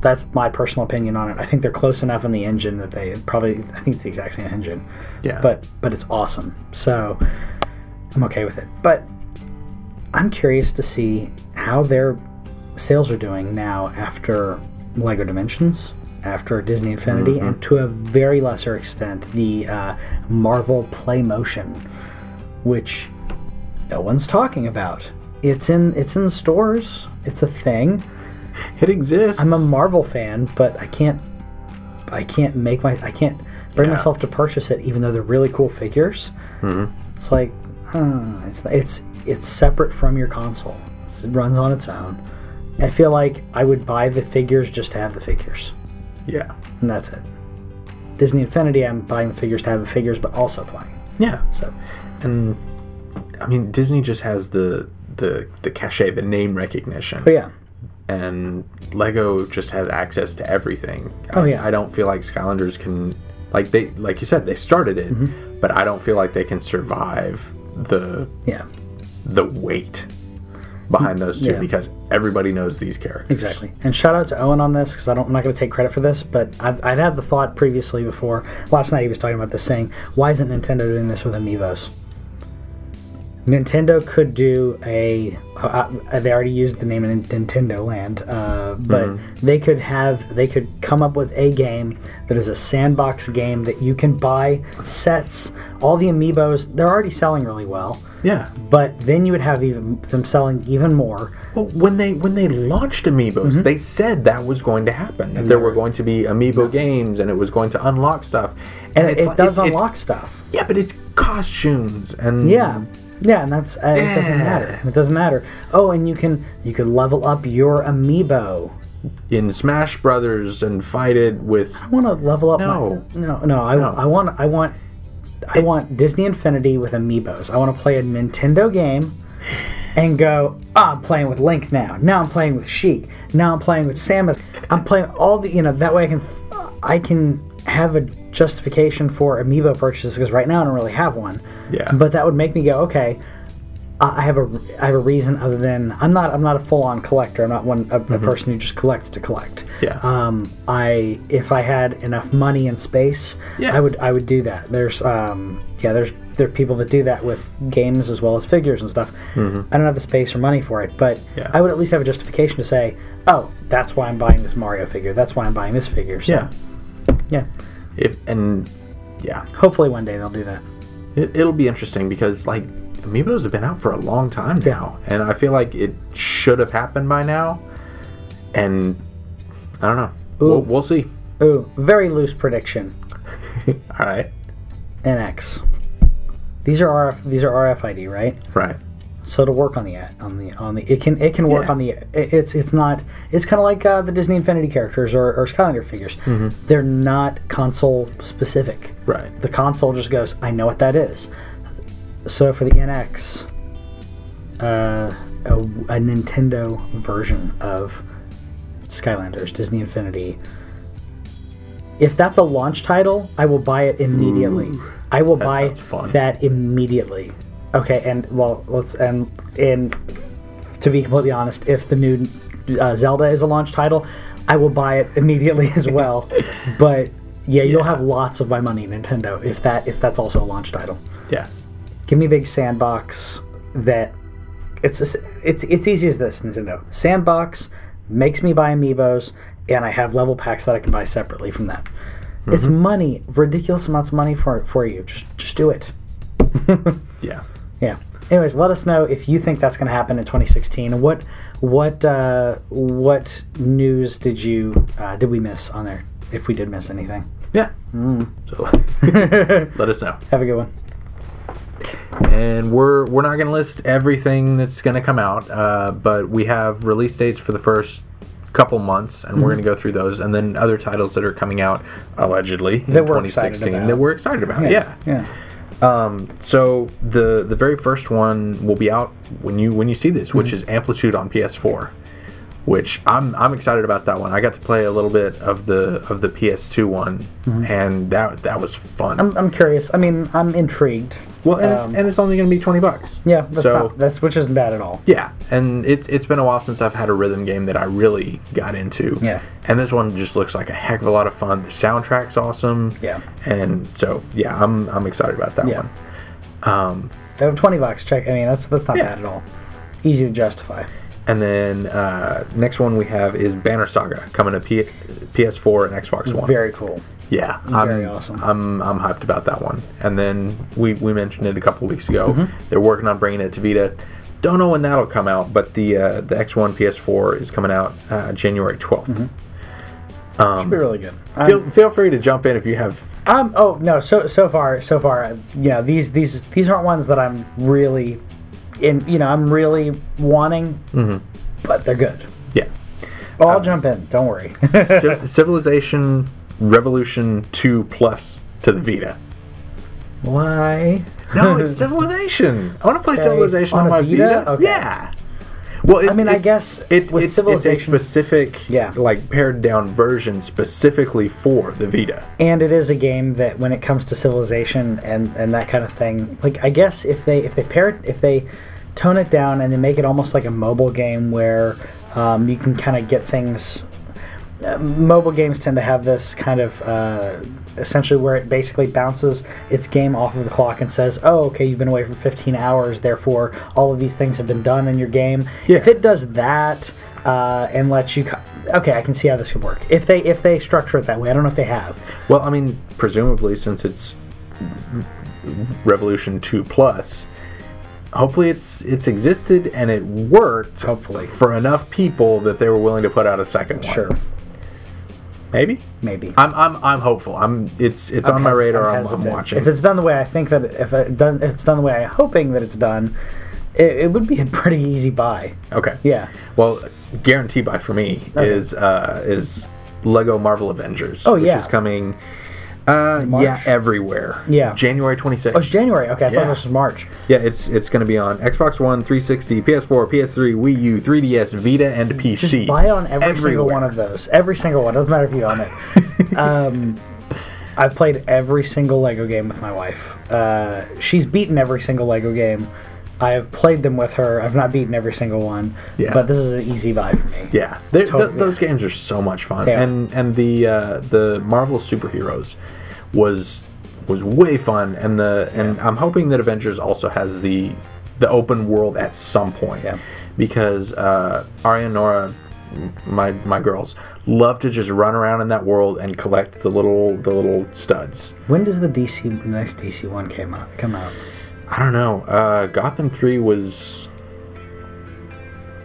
that's my personal opinion on it. I think they're close enough in the engine that they probably, I think it's the exact same engine
Yeah.
but but it's awesome. So I'm okay with it. But I'm curious to see how their sales are doing now after Lego Dimensions, after Disney Infinity, and to a very lesser extent the uh, Marvel Play Motion, which no one's talking about. It's in it's in stores. It's a thing.
it exists.
I'm a Marvel fan, but I can't I can't make my I can't bring
Yeah.
myself to purchase it, even though they're really cool figures. It's like uh, it's it's it's separate from your console. It's- It runs on its own. I feel like I would buy the figures just to have the figures,
yeah.
and that's it. Disney Infinity, I'm buying the figures to have the figures, but also playing.
Yeah.
So
And I mean, Disney just has the the the cachet, the name recognition,
but Oh, yeah,
and Lego just has access to everything.
Oh,
I,
yeah.
I don't feel like Skylanders can, like they, like you said, they started it,
Mm-hmm.
but I don't feel like they can survive the
yeah,
the weight behind those two
Yeah.
because everybody knows these characters.
Exactly. And shout out to Owen on this because I don't, I'm not going to take credit for this, but I've, I'd had the thought previously before. Last night he was talking about this saying, why isn't Nintendo doing this with amiibos? Nintendo could do a. Uh, uh, they already used the name in Nintendo Land, uh, but
Mm-hmm.
they could have they could come up with a game that is a sandbox game that you can buy sets, all the amiibos. They're already selling really well,
Yeah.
but then you would have even them selling even more.
Well, when they when they launched Amiibos,
Mm-hmm.
they said that was going to happen. That there were going to be Amiibo games, and it was going to unlock stuff. And it's
it
like-
does
it's- it's-
unlock stuff.
yeah, but it's costumes and
Yeah. Yeah, and that's uh, it doesn't
Eh.
matter. It doesn't matter. Oh, and you can you can level up your amiibo.
in Smash Brothers and fight it with.
I want to level up.
No.
my, no, no. I, I want, I want, I want Disney Infinity with amiibos. I want to play a Nintendo game and go. Ah, I'm playing with Link now. Now I'm playing with Sheik. Now I'm playing with Samus. I'm playing all the, you know, that way I can, I can have a justification for amiibo purchases because right now I don't really have one.
Yeah.
But that would make me go, okay. I I have a I have a reason other than I'm not I'm not a full on collector. I'm not one a, a person who just collects to collect
Mm-hmm. Yeah.
um, I if I had enough money and space,
Yeah.
I would I would do that. There's um, yeah, there's there are people that do that with games as well as figures and stuff. I don't have the space or money for it, but
Mm-hmm. Yeah.
I would at least have a justification to say, oh, that's why I'm buying this Mario figure. That's why I'm buying this figure. So,
yeah.
yeah.
If and yeah,
Hopefully one day they'll do that.
it, it'll be interesting because like Amiibos have been out for a long time now, and I feel like it should have happened by now. And I don't know. We'll, we'll see.
Ooh, very loose prediction.
All right.
NX. These are RF, these are RFID, right?
Right.
so it'll work on the on the on the it can it can work
Yeah.
on the it- it's it's not it's kind of like uh, the Disney Infinity characters or, or Skylander figures. They're not console specific.
Right.
The console just goes, I know what that is. So for the NX, uh, a, a Nintendo version of Skylanders Disney Infinity. If that's a launch title, I will buy it immediately. I will buy
sounds fun.
that immediately. Okay, and well, let's and and to be completely honest, if the new uh, Zelda is a launch title, I will buy it immediately as well. but yeah, you'll have lots of my money, Nintendo, if that if that's also a launch title.
Yeah.
Give me a big sandbox that it's it's it's easy as this, Nintendo. Sandbox makes me buy amiibos, and I have level packs that I can buy separately from that. It's money, ridiculous amounts of money for for you. Just just do it.
Yeah.
Yeah. Anyways, let us know if you think that's going to happen in 2016. What what uh, what news did you uh, did we miss on there? If we did miss anything,
Yeah. So let us know.
have a good one.
And we're we're not going to list everything that's going to come out, uh, but we have release dates for the first couple months, and we're
Mm-hmm.
going to go through those, and then other titles that are coming out allegedly in
That we're excited
2016
about.
that we're excited about. yeah.
Yeah.
So the the very first one will be out when you when you see this,
Mm-hmm.
which is Amplitude on PS4, which I'm I'm excited about that one. I got to play a little bit of the of the PS2 one,
Mm-hmm.
and that that was fun.
I'm, I'm curious. I mean, I'm intrigued.
well, and, it's, and it's only going to be twenty bucks.
um, Yeah. That's
so
not that's which isn't bad at all.
yeah, and it's it's been a while since I've had a rhythm game that I really got into.
Yeah.
and this one just looks like a heck of a lot of fun. The soundtrack's awesome.
Yeah.
and so yeah, I'm I'm excited about that
Yeah.
one.
That Twenty bucks. Check. I mean, that's that's not
Yeah.
bad at all. Easy to justify.
And then uh, next one we have is Banner Saga coming to P- PS4 and Xbox One.
Very cool.
yeah, I'm,
very awesome.
I'm I'm hyped about that one. And then we, we mentioned it a couple weeks ago.
Mm-hmm.
They're working on bringing it to Vita. Don't know when that'll come out, but the uh, the X1 PS4 is coming out uh, January 12th.
Should be really good.
Feel feel free to jump in if you have.
Um. Oh no. So so far, so far, uh, you know these these these aren't ones that I'm really, in. You know, I'm really wanting, but they're good.
Yeah,
Well, I'll jump in. Don't worry.
Civ- Civilization Revolution 2 Plus to the Vita.
Why?
No, it's Civilization. I want to play Civilization
On
on,
a
my
Vita?
Vita.
Okay.
Yeah. Well, it's,
mean, I
it's-
guess
it's
with
it's, it's a
Civilization-
specific,
Yeah.
like pared down version specifically for the Vita.
And it is a game that, when it comes to civilization and and that kind of thing, like I guess if they if they pair it if they tone it down and they make it almost like a mobile game where um, you can kind of get things uh, mobile games tend to have this kind of uh, essentially where it basically bounces its game off of the clock and says, "Oh, okay, you've been away for 15 hours, therefore all of these things have been done in your game."
Yeah.
If it does that uh, and lets you, co- okay, I can see how this could work. If they if they structure it that way, I don't know if they have.
Well, I mean, presumably since it's Revolution Two Plus, hopefully it's it's existed and it worked.
Hopefully.
for enough people that they were willing to put out a second one.
Sure,
maybe.
maybe.
I'm I'm I'm hopeful. I'm it's it's on my
hes-
radar. I'm, I'm
hesitant.
watching.
If it's done the way I think that if it done, if it's done the way I'm hoping that it's done, it, it would be a pretty easy buy.
okay.
Yeah.
Well, guarantee buy for me is uh is Lego Marvel Avengers.
Oh,
which
yeah.
is coming. Uh yeah, everywhere.
Yeah.
January 26th.
Oh, it's January. Okay, I
Yeah.
thought this was March.
Yeah, it's it's going to be on Xbox One, 360, PS4, PS3, Wii U, 3DS, Vita, and PC.
Just buy on every single
Everywhere.
one of those. Every single one. Doesn't matter if you own it. um, I've played every single Lego game with my wife. Uh, she's beaten every single Lego game. I have played them with her. I've not beaten every single one.
Yeah.
But this is an easy buy for me.
Yeah, They're-
Totally,
th- those games are so much fun,
They are.
and and the uh, the Marvel superheroes was was way fun, and the and I'm hoping that Avengers also has the the open world at some point,
Yeah.
because uh, Arya and Nora, m- my my girls, love to just run around in that world and collect the little the little studs.
When does the DC the next DC one came out? Come out?
I don't know. Uh, Gotham Three was,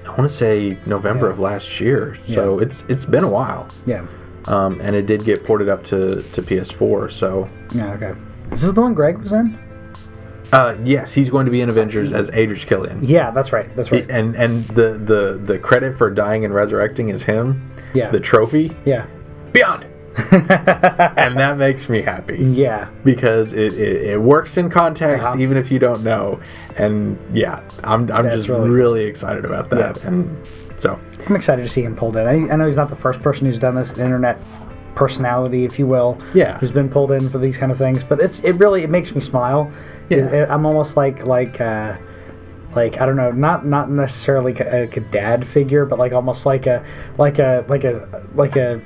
I want to say November of last year, so it's it's been a while,
Yeah.
um, and it did get ported up to to PS4. So,
Yeah. Okay. Is this the one Greg was in?
uh, yes, he's going to be in Avengers as Adric Killian,
Yeah, that's right. That's right.
and and the the the credit for dying and resurrecting is him.
Yeah.
The trophy
Yeah.
beyond, and that makes me happy.
Yeah.
because it, it, it works in context
Uh-huh.
even if you don't know and yeah i'm, I'm
That's
just
really
really,
cool.
excited about that and so
I'm excited to see him pulled in. I, I know he's not the first person who's done this, an internet personality, if you will,
Yeah.
who's been pulled in for these kind of things. But it's it really it makes me smile.
Yeah.
It- it- I'm almost like like uh, like I don't know, not not necessarily a, like a dad figure, but like almost like a like a like a like a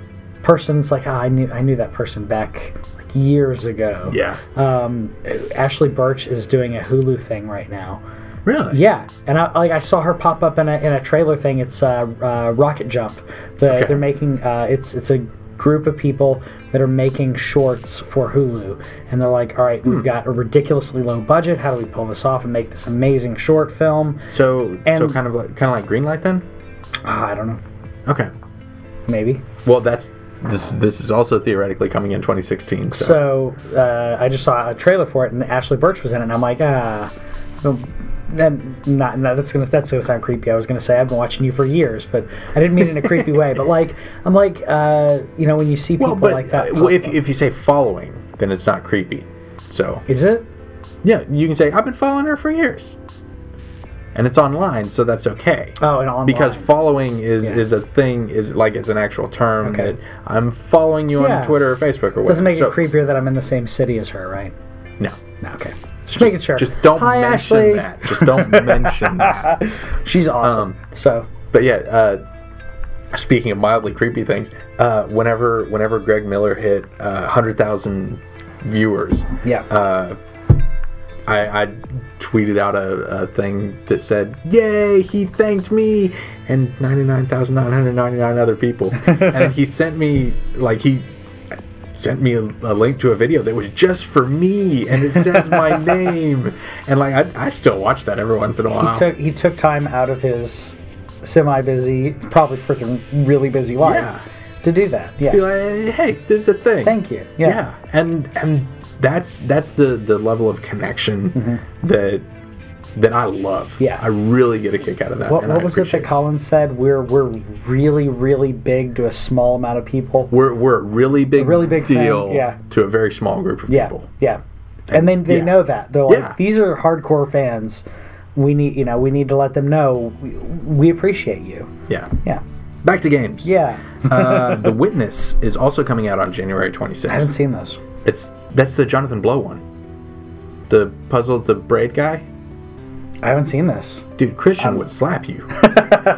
person's like ah, I knew I knew that person back like years ago.
yeah
Um, Ashley Birch is doing a Hulu thing right now.
really
Yeah, and I like I saw her pop up in a in a trailer thing. It's uh, uh, Rocket Jump. The,
Okay.
They're making uh, it's it's a group of people that are making shorts for Hulu, and they're like, all right, we've got a ridiculously low budget. How do we pull this off and make this amazing short film?
so so
And-
kind of like kind of like green light then
Ah, I don't know,
okay
maybe.
well that's this this is also theoretically coming in 2016 so,
So uh, I just saw a trailer for it, and Ashley Birch was in it, and I'm like, ah, well, that, not, no, that's gonna that's gonna sound creepy. I was gonna say I've been watching you for years, but I didn't mean it in a creepy way. But like, I'm like, uh, you know, when you see people
well but
like that,
uh, well,
pop
if,
up-
if you say following then it's not creepy so
is it?
yeah you can say i've been following her for years and it's online so that's okay
Oh, and online
because following is
Yeah.
is a thing is like it's an actual term
Okay.
that I'm following you
Yeah.
on Twitter or Facebook or whatever.
doesn't make
So-
it creepier that I'm in the same city as her, right?
No.
No, okay. Just, making sure.
Just don't
Hi,
mention
Ashley.
that. Um, Just don't mention that.
She's awesome. so
But yeah, uh, speaking of mildly creepy things, uh, whenever whenever Greg Miller hit uh, hundred thousand viewers,
yeah,
uh, I, I tweeted out a, a thing that said, "Yay, he thanked me!" and ninety nine thousand nine hundred ninety nine other people. and then he sent me like he sent me a, a link to a video that was just for me, and it says my name. And like I, I still watch that every once in a while.
he took he took time out of his semi-busy, probably freaking really busy life
Yeah.
to do that. Yeah.
Be like, hey, this is a thing.
Thank you.
yeah.
Yeah.
and and that's that's the the level of connection that that I love.
Mm-hmm. Yeah.
I really get a kick out of that.
What,
and
what
I
was it
appreciate
that Colin said? We're we're really really big to a small amount of people.
we're we're a really big
really big thing,
deal
yeah.
to a very small group of
yeah,
people.
yeah. And they they
yeah.
know that they're like
Yeah.
these are hardcore fans. We need you know we need to let them know we, we appreciate you.
Yeah.
Yeah,
Back to games.
yeah.
uh, the Witness is also coming out on January
I haven't
26th.
seen this.
It's that's the Jonathan Blow one. The puzzle, the braid guy.
I haven't seen this.
Dude, Christian
Um,
would slap you.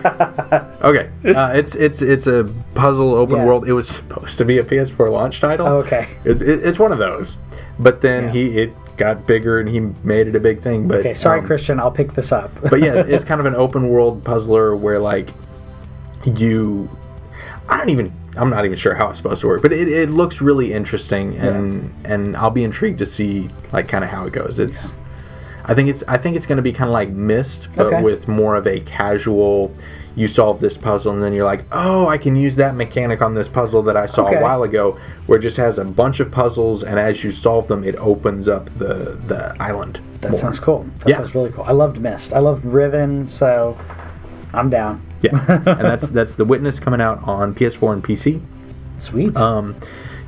okay, uh, it's it's it's a puzzle open
Yeah. Oh,
world. It was supposed to be a PS4 launch title.
Okay.
it's, it- it's one of those. But then he it got bigger and he made it a big thing. But
Okay, sorry,
um,
Christian. I'll pick this up.
but yeah, it's, it's kind of an open world puzzler where like you, I don't even. I'm not even sure how it's supposed to work, but it, it looks really interesting, and and I'll be intrigued to see like kind of how it goes. It's, I think it's I think it's going to be kind of like Mist, but
Okay.
with more of a casual. You solve this puzzle, and then you're like, oh, I can use that mechanic on this puzzle that I saw
Okay.
a while ago, where it just has a bunch of puzzles, and as you solve them, it opens up the the island.
That
more.
sounds cool. That
Yeah.
sounds really cool. I loved Mist. I loved Riven, so I'm down.
Yeah, and that's that's the witness coming out on PS4 and PC.
Sweet.
Um,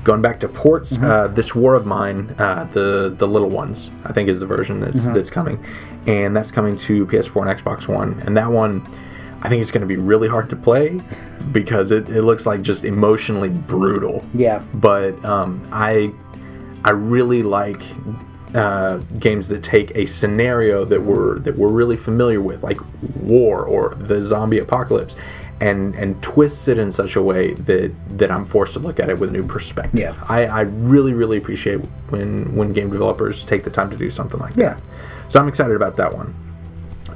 going back to ports, uh, this War of Mine, uh, the the little ones, I think is the version that's that's coming, and that's coming to PS4 and Xbox One, and that one. I think it's going to be really hard to play because it, it looks like just emotionally brutal.
yeah.
But um, I I really like uh, games that take a scenario that we're that we're really familiar with, like war or the zombie apocalypse, and and twists it in such a way that that I'm forced to look at it with a new perspective.
Yeah.
I, I really really appreciate when when game developers take the time to do something like
Yeah.
that. So I'm excited about that one.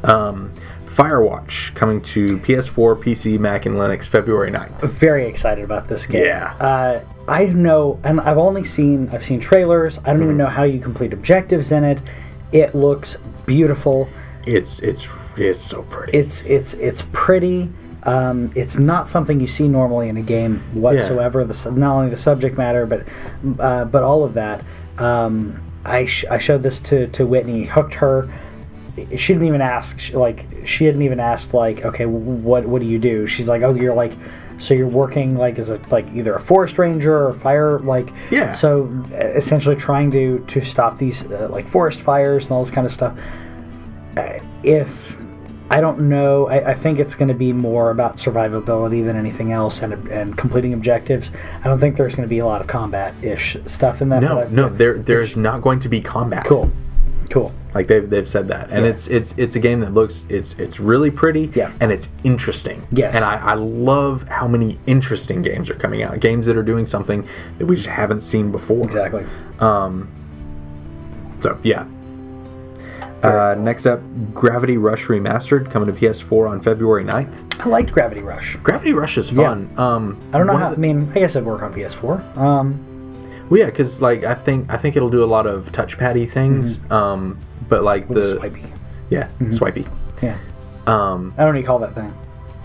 Um, Firewatch coming to PS4, PC, Mac, and Linux February 9th.
very excited about this game.
Yeah.
Uh, I know, and I've only seen I've seen trailers. I don't even know how you complete objectives in it. It looks beautiful.
It's it's it's so pretty.
It's it's it's pretty. Um, it's not something you see normally in a game whatsoever. The su not only the subject matter, but uh, but all of that. Um, I, sh- I showed this to, to Whitney, hooked her. She didn't even ask. She, like she hadn't even asked. Like, okay, what what do you do? She's like, oh, you're like, so you're working like as a like either a forest ranger or fire like.
Yeah.
So uh, essentially, trying to to stop these uh, like forest fires and all this kind of stuff if I don't know, I, I think it's going to be more about survivability than anything else, and and completing objectives. I don't think there's going to be a lot of combat-ish stuff in that. but
no,
I-
no, there there's not going to be combat.
cool, cool.
Like they've they've said that, and it's it's it's a game that looks it's it's really pretty,
Yeah.
and it's interesting.
Yes.
and I, I love how many interesting games are coming out. Games that are doing something that we just haven't seen before.
Exactly.
So yeah. Uh, next up, Gravity Rush Remastered coming to PS4 on February 9th.
I liked Gravity Rush.
Gravity Rush is fun. Um,
I don't know
one
how.
of
I mean, I guess it'd work on PS4. Um,
the- well, yeah, because like I think I think it'll do a lot of touchpaddy things.
Mm-hmm.
Um, but like the
swipey.
yeah,
Mm-hmm.
swipey.
Yeah.
Um,
I don't know what you call that thing.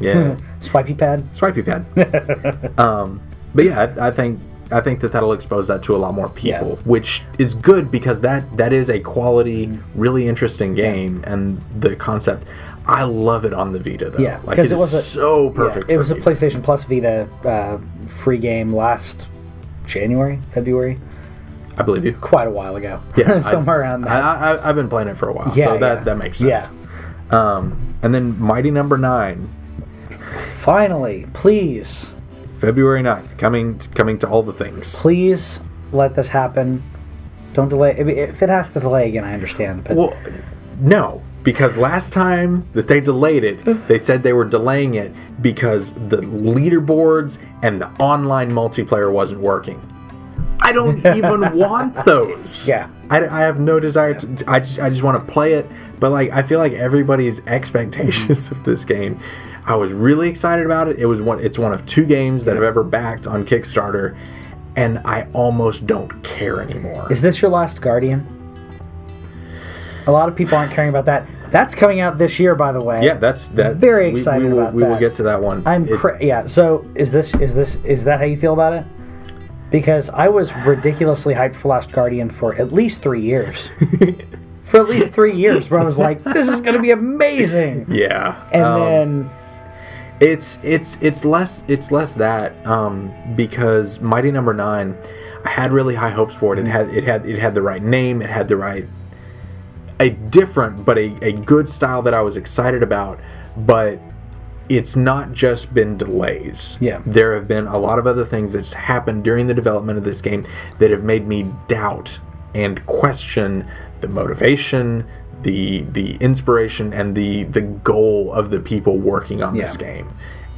yeah.
Swipey pad.
Swipey pad. um, but yeah, I, I think I think that that'll expose that to a lot more people,
Yeah.
which is good because that that is a quality, really interesting game, and the concept. I love it on the Vita though.
Yeah,
like
'cause
it's
it was a-
so perfect.
Yeah, it
for
was a
Vita.
PlayStation Plus Vita uh, free game last January, February,
I believe you.
quite a while ago.
Yeah,
somewhere
I,
around that.
I, I, I've been playing it for a while,
Yeah,
so that
yeah.
that makes
Yeah.
sense. Um, and then Mighty Number Nine,
Finally, please,
February 9th, coming coming to all the things.
please let this happen. Don't delay. I mean, If it has to delay again, I understand. But
Well, no, because last time that they delayed it, they said they were delaying it because the leaderboards and the online multiplayer wasn't working. I don't even want those.
Yeah.
I, I have no desire to. I just, I just want to play it. But, like, I feel like everybody's expectations of this game. I was really excited about it. It was one. It's one of two games that I've ever backed on Kickstarter, and I almost don't care anymore.
is this your last Guardian? A lot of people aren't caring about that. That's coming out this year, by the way.
Yeah, that's that.
Very
we- we
excited
will-
about
We will
that.
get to that one.
I'm
It-
cra- yeah. So is this is this is that how you feel about it? Because I was ridiculously hyped for Last Guardian for at least three years. for at least three years, where I was like, "This is going to be amazing,"
yeah,
and
um,
then
it's it's it's less it's less that um, because Mighty Number Nine, I had really high hopes for it.
Mm-hmm.
It had it had it had the right name. It had the right a different but a, a good style that I was excited about, but it's not just been delays.
Yeah.
There have been a lot of other things that's happened during the development of this game that have made me doubt and question the motivation, the the inspiration and the the goal of the people working on this
Yeah.
game,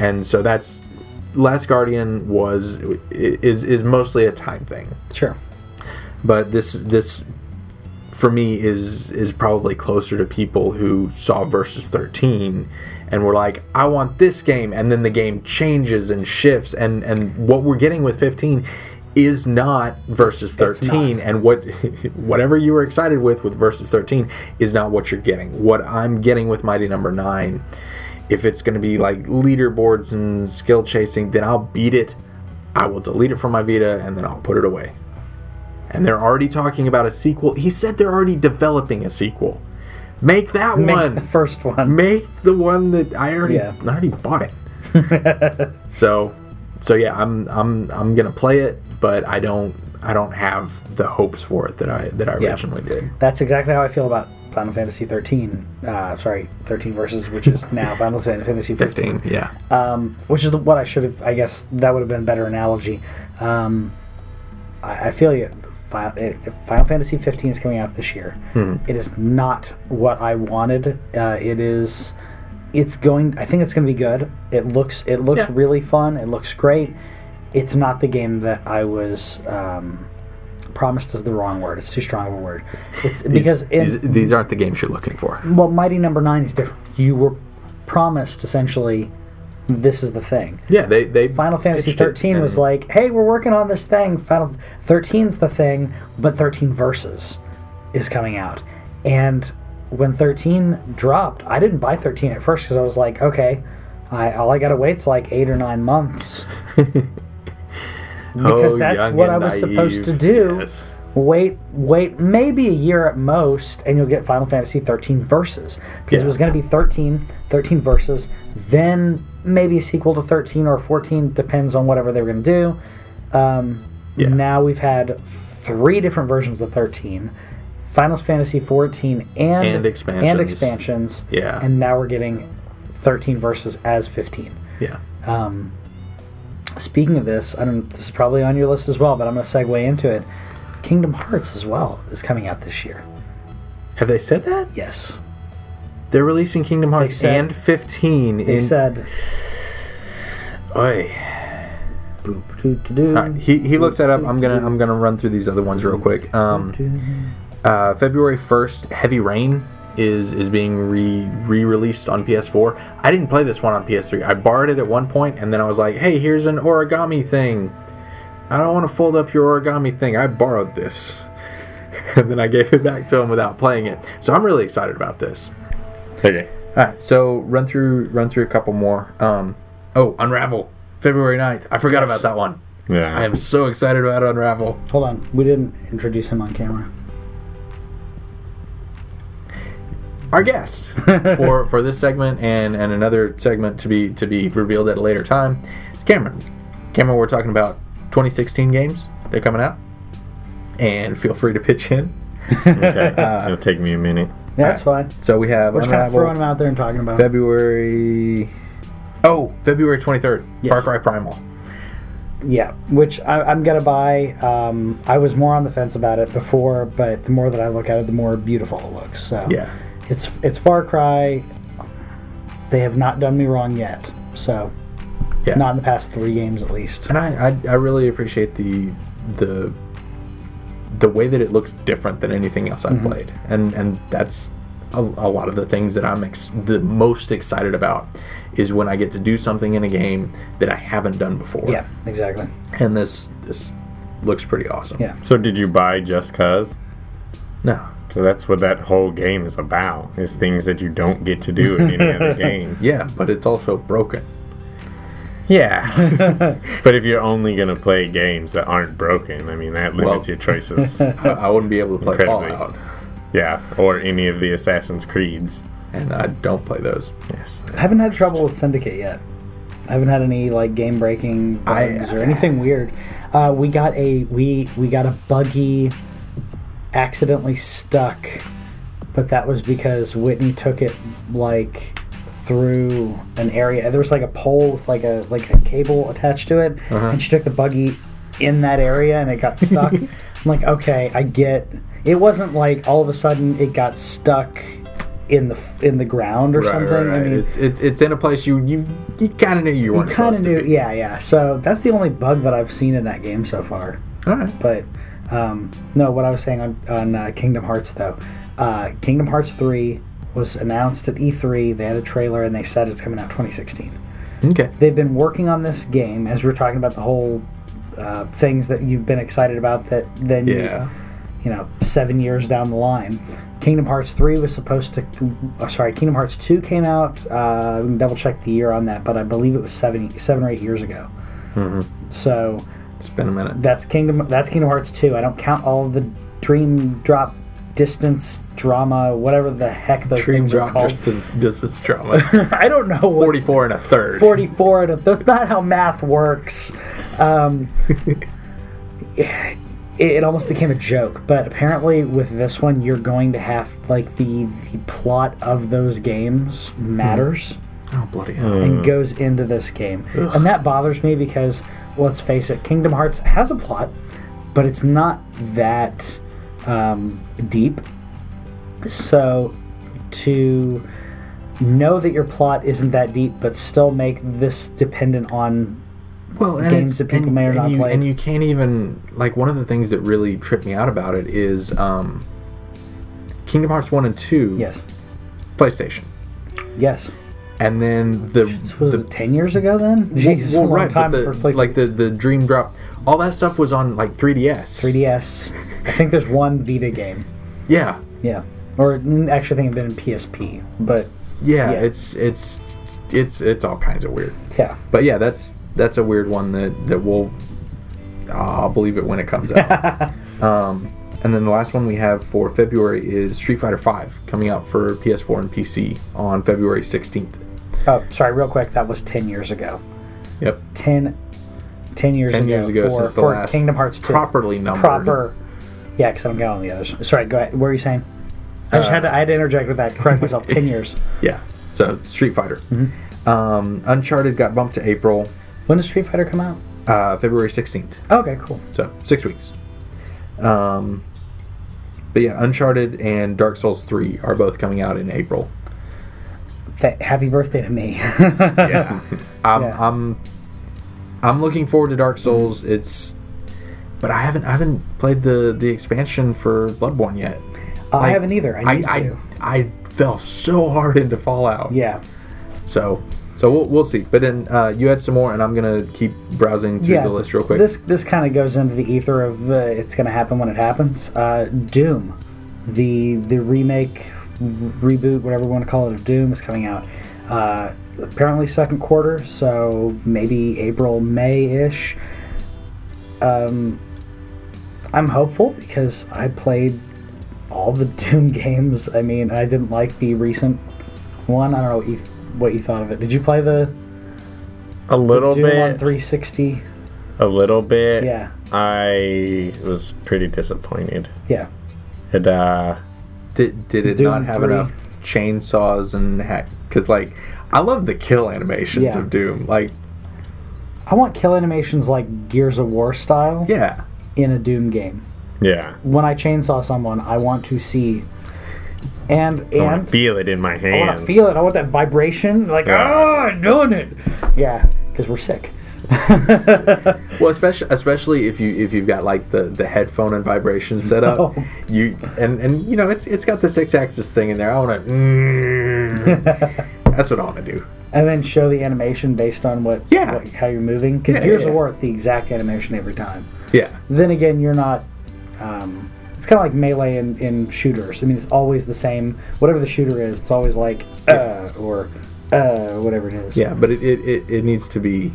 and so that's Last Guardian was i- is is mostly a time thing,
Sure.
but this this for me is is probably closer to people who saw versus 13 and were like I want this game and then the game changes and shifts and and what we're getting with 15 is not versus 13 and what whatever you were excited with with versus 13 is not what you're getting what I'm getting with mighty number 9 if it's going to be like leaderboards and skill chasing then I'll beat it I will delete it from my Vita and then I'll put it away and they're already talking about a sequel. He said they're already developing a sequel. Make that
Make
one.
the first one.
Make the one that I already
Yeah.
I already bought it. so, so yeah, I'm I'm I'm gonna play it, but I don't I don't have the hopes for it that I that I
Yeah.
originally did.
That's exactly how I feel about Final Fantasy 13. Uh, sorry, 13 versus, which is now Final Fantasy 15.
Fifteen, yeah,
um, which is the, what I should have. I guess that would have been a better analogy. Um, I, I feel you. Final, Final Fantasy 15 is coming out this year. It is not what I wanted. Uh, it is. It's going. I think it's going to be good. It looks. It looks
Yeah.
really fun. It looks great. It's not the game that I was. Um, promised is the wrong word. It's too strong of a word. It's because in-
these, these aren't the games you're looking for.
well, Mighty Number Nine is different. You were promised essentially this is the thing.
Yeah, they they
Final Fantasy
pitched it
13 was
and-
like, hey, we're working on this thing. Final 13's the thing, but 13 Versus is coming out. And when 13 dropped, I didn't buy 13 at first because I was like, okay, I, all I got to wait's like eight or nine months. because
"Oh,
that's
young
what
and
I was supposed to
naive."
do.
Yes.
Wait, wait, maybe a year at most, and you'll get Final Fantasy 13 verses because it
Yeah.
was going to be 13, 13 verses, then maybe a sequel to 13 or 14 depends on whatever they were going to do. Um,
Yeah.
Now we've had three different versions of 13, Final Fantasy 14 and
And expansions.
and expansions,
Yeah.
and now we're getting 13 verses as 15.
Yeah,
Speaking of this, I don't. This is probably on your list as well, but I'm going to segue into it. Kingdom Hearts as well is coming out this year.
have they said that?
Yes,
They're releasing Kingdom Hearts
said-
and 15
they
in
said.
Oy.
Boop, doo, doo, doo.
All right, he, he looks that up. I'm gonna I'm gonna run through these other ones real quick. Um, uh, February 1st, Heavy Rain is is being re re released on PS4. I didn't play this one on PS3. I borrowed it at one point, and then I was like, hey, here's an origami thing. I don't want to fold up your origami thing. I borrowed this, and then I gave it back to him without playing it. So I'm really excited about this.
Okay.
All right, so run through run through a couple more. Um, oh, Unravel, February 9th. I forgot about that one.
Yeah.
I am so excited about Unravel.
Hold on, we didn't introduce him on camera.
Our guest for for this segment and and another segment to be to be revealed at a later time. It's Cameron. Cameron, we're talking about 2016 games. They're coming out, and feel free to pitch in.
okay. Uh, It'll take me a minute.
Yeah, that's fine.
So we have
We're just kind of
Unravel
throwing him out there and talking about. it.
February. Oh, February 23rd.
Yes.
Far Cry Primal.
Yeah, which I, I'm gonna buy. Um, I was more on the fence about it before, but the more that I look at it, the more beautiful it looks. So
Yeah.
it's it's Far Cry. They have not done me wrong yet. So
Yeah.
not in the past three games at least.
and I, I I really appreciate the the the way that it looks different than anything else
Mm-hmm.
I've played, and and that's a, a lot of the things that I'm ex- the most excited about is when I get to do something in a game that I haven't done before.
Yeah, exactly.
and this this looks pretty awesome.
Yeah.
So did you buy just cause?
No.
So that's what that whole game is about. Is things that you don't get to do in any other games.
Yeah, but it's also broken.
Yeah. but if you're only gonna play games that aren't broken, I mean that limits
Well-
your choices.
I, I wouldn't be able to play
Incredibly.
Fallout,
yeah. Or any of the Assassin's Creeds.
and I don't play those.
Yes.
I haven't had trouble with Syndicate yet. I haven't had any like game breaking
I-
bugs or anything weird. Uh, we got a we we got a buggy accidentally stuck, but that was because Whitney took it like through an area. There was like a pole with like a like a cable attached to it, and she took the buggy in that area and it got stuck. I'm like, okay, I get. It wasn't like all of a sudden it got stuck in the in the ground or something. I mean,
It's, it's it's in a place you you, you kind of knew you weren't
kind of
supposed
new.
to be.
Yeah, yeah. So that's the only bug that I've seen in that game so far.
All right.
But um, no, what I was saying on, on uh, Kingdom Hearts though, uh, Kingdom Hearts three was announced at E3. They had a trailer and they said it's coming out 2016.
Okay.
They've been working on this game as we were talking about the whole uh, things that you've been excited about that then you-
Yeah.
you know, seven years down the line. Kingdom Hearts 3 was supposed to, uh, sorry, Kingdom Hearts 2 came out. Uh, we can double check the year on that, but I believe it was seven, seven or eight years ago.
Mm-hmm.
So
It's been a minute.
that's Kingdom, that's Kingdom Hearts 2. I don't count all the dream drop distance drama, whatever the heck those
Dream
things are
drop
called.
distance, distance trauma.
I don't know what
44 and a third.
44 and a, that's not how math works um, it, it almost became a joke but apparently with this one you're going to have like the the plot of those games matters
Oh, bloody hell.
and goes into this game and that bothers me because let's face it kingdom hearts has a plot but it's not that um, deep so to know that your plot isn't that deep but still make this dependent on
well, and
games
it's-
that people
and,
may or
and
not
you,
play.
And you can't even like one of the things that really tripped me out about it is um, Kingdom Hearts one and two.
yes
PlayStation,
yes
and then the
this was
the
10 years ago then jesus a
well,
long
right, but
time
the,
for play-
like the the Dream Drop. All that stuff was on like 3DS.
3ds i think there's one vita game
Yeah,
yeah or mm, actually i think it been in psp but
yeah.
Yeah.
It's it's it's it's all kinds of weird.
yeah
But yeah, that's that's a weird one that that we'll I'll believe it when it comes out. um, and then the last one we have for February is Street Fighter Five coming out for PS4 and PC on February 16th.
Oh, sorry, real quick. That was 10 years ago.
Yep.
10, 10 years
10
ago.
years ago
for,
since the
for
last
Kingdom Hearts 2.
properly numbered.
Proper. Yeah, because I don't got on the others. Sorry, go ahead. What were you saying? I just had to, I had to interject with that, correct myself. 10 years.
Yeah. So Street Fighter.
Mm-hmm.
Um, Uncharted got bumped to April,
When does Street Fighter come out?
uh, February 16th.
Okay, cool.
So six weeks. Um, but yeah, Uncharted and Dark Souls 3 are both coming out in April.
Th- happy birthday to me.
yeah. I'm,
Yeah.
I'm I'm looking forward to Dark Souls. It's but I haven't I haven't played the the expansion for Bloodborne yet.
I
Like,
haven't either. I
I
need
I,
to.
I fell so hard into Fallout.
Yeah.
So so we'll, we'll see. But then uh, you had some more, and I'm gonna keep browsing through
yeah,
the list real quick.
This this kind of goes into the ether of uh, it's going to happen when it happens. Uh, Doom, the the remake, reboot, whatever we want to call it, of Doom is coming out. Uh, apparently second quarter, so maybe April May ish. Um, I'm hopeful because I played all the Doom games. I mean, I didn't like the recent one. I don't know what you, what you thought of it. Did you play the
A little
Doom on
bit.
360?
A little bit.
Yeah.
I was pretty disappointed.
Yeah.
It uh,
did did it
Doom
not have
3.
enough chainsaws and hack? Because like I love the kill animations
Yeah.
of Doom. Like
I want kill animations like Gears of War style
yeah.
in a Doom game.
yeah.
When I chainsaw someone, I want to see and
I want
and
to feel it in my
I
hands.
want to feel it. I want that vibration. Like,
Yeah.
ah, I'm doing it. Yeah, because we're sick.
Well, especially especially if you if you've got like the, the headphone and vibration set up,
No.
you and and you know it's it's got the six axis thing in there. I want to. Mm, that's what I want to do.
And then show the animation based on what,
Yeah.
what how you're moving. Because
Yeah,
Gears
yeah,
of
yeah.
War, it's the exact animation every time.
Yeah,
Then again, you're not. Um, it's kind of like melee in, in shooters. I mean, it's always the same. Whatever the shooter is, it's always like uh, or uh, whatever it is.
yeah, but it it, it, it needs to be.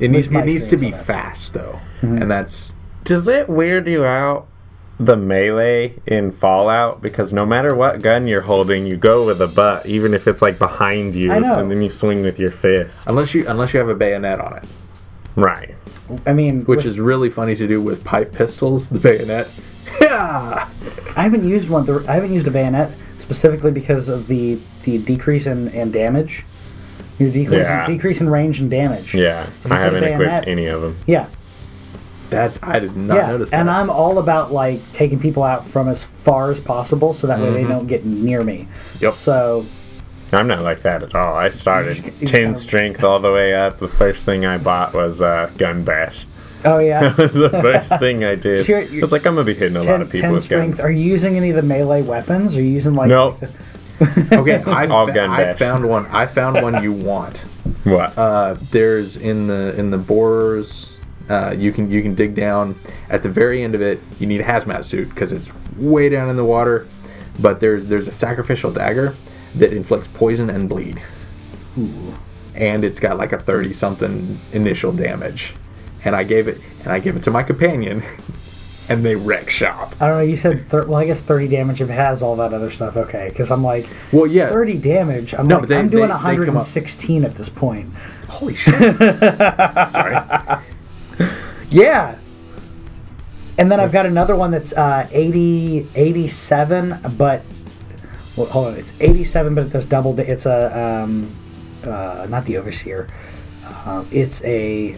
It needs
my
it needs to be
experience on Mm-hmm.
fast though, and that's
Does it weird you out the melee in Fallout? Because no matter what gun you're holding, you go with a butt, even if it's like behind you,
I know.
and then you swing with your fist.
unless you unless you have a bayonet on it,
Right.
I mean,
which is really funny to do with pipe pistols. The bayonet. Yeah.
I haven't used one. The, I haven't used a bayonet specifically because of the the decrease in, in damage. Your decrease
Yeah.
decrease in range and damage.
Yeah.
you
I
put a
haven't
bayonet-
equipped any of them.
Yeah.
That's I did not
yeah,
notice that.
and I'm all about like taking people out from as far as possible so that way they don't get near me.
Mm-hmm. Yep.
So
I'm not like that at all. I started
just- you just
10
kinda-
strength all the way up. The first thing I bought was uh, Gun Bash.
oh yeah.
was the first thing I did.
Sure,
It's
you-
like, I'm going to be hitting a lot
10,
of people
10
with
strength.
guns.
Are you using any of the melee weapons? Are you using like
no.
okay, I,
All
fa-
gun
I
bash.
found one. I found one you want.
What?
Uh, there's in the in the borers. Uh, you can you can dig down at the very end of it. You need a hazmat suit because it's way down in the water. But there's there's a sacrificial dagger that inflicts poison and bleed, and it's got like a thirty something initial damage. And I gave it and I gave it to my companion, and they wreck shop.
I don't know. You said thir- well, I guess thirty damage if it has all that other stuff. Okay, because I'm like,
Well, yeah.
thirty damage. I'm
No,
like,
but they-
I'm
they-
doing
they come up-
116 at this point.
Holy shit! Sorry.
Yeah. And then I've got another one that's uh, 80, 87, but well, hold on, it's 87, but it does double. da- It's a um, uh, not the overseer. Uh, it's a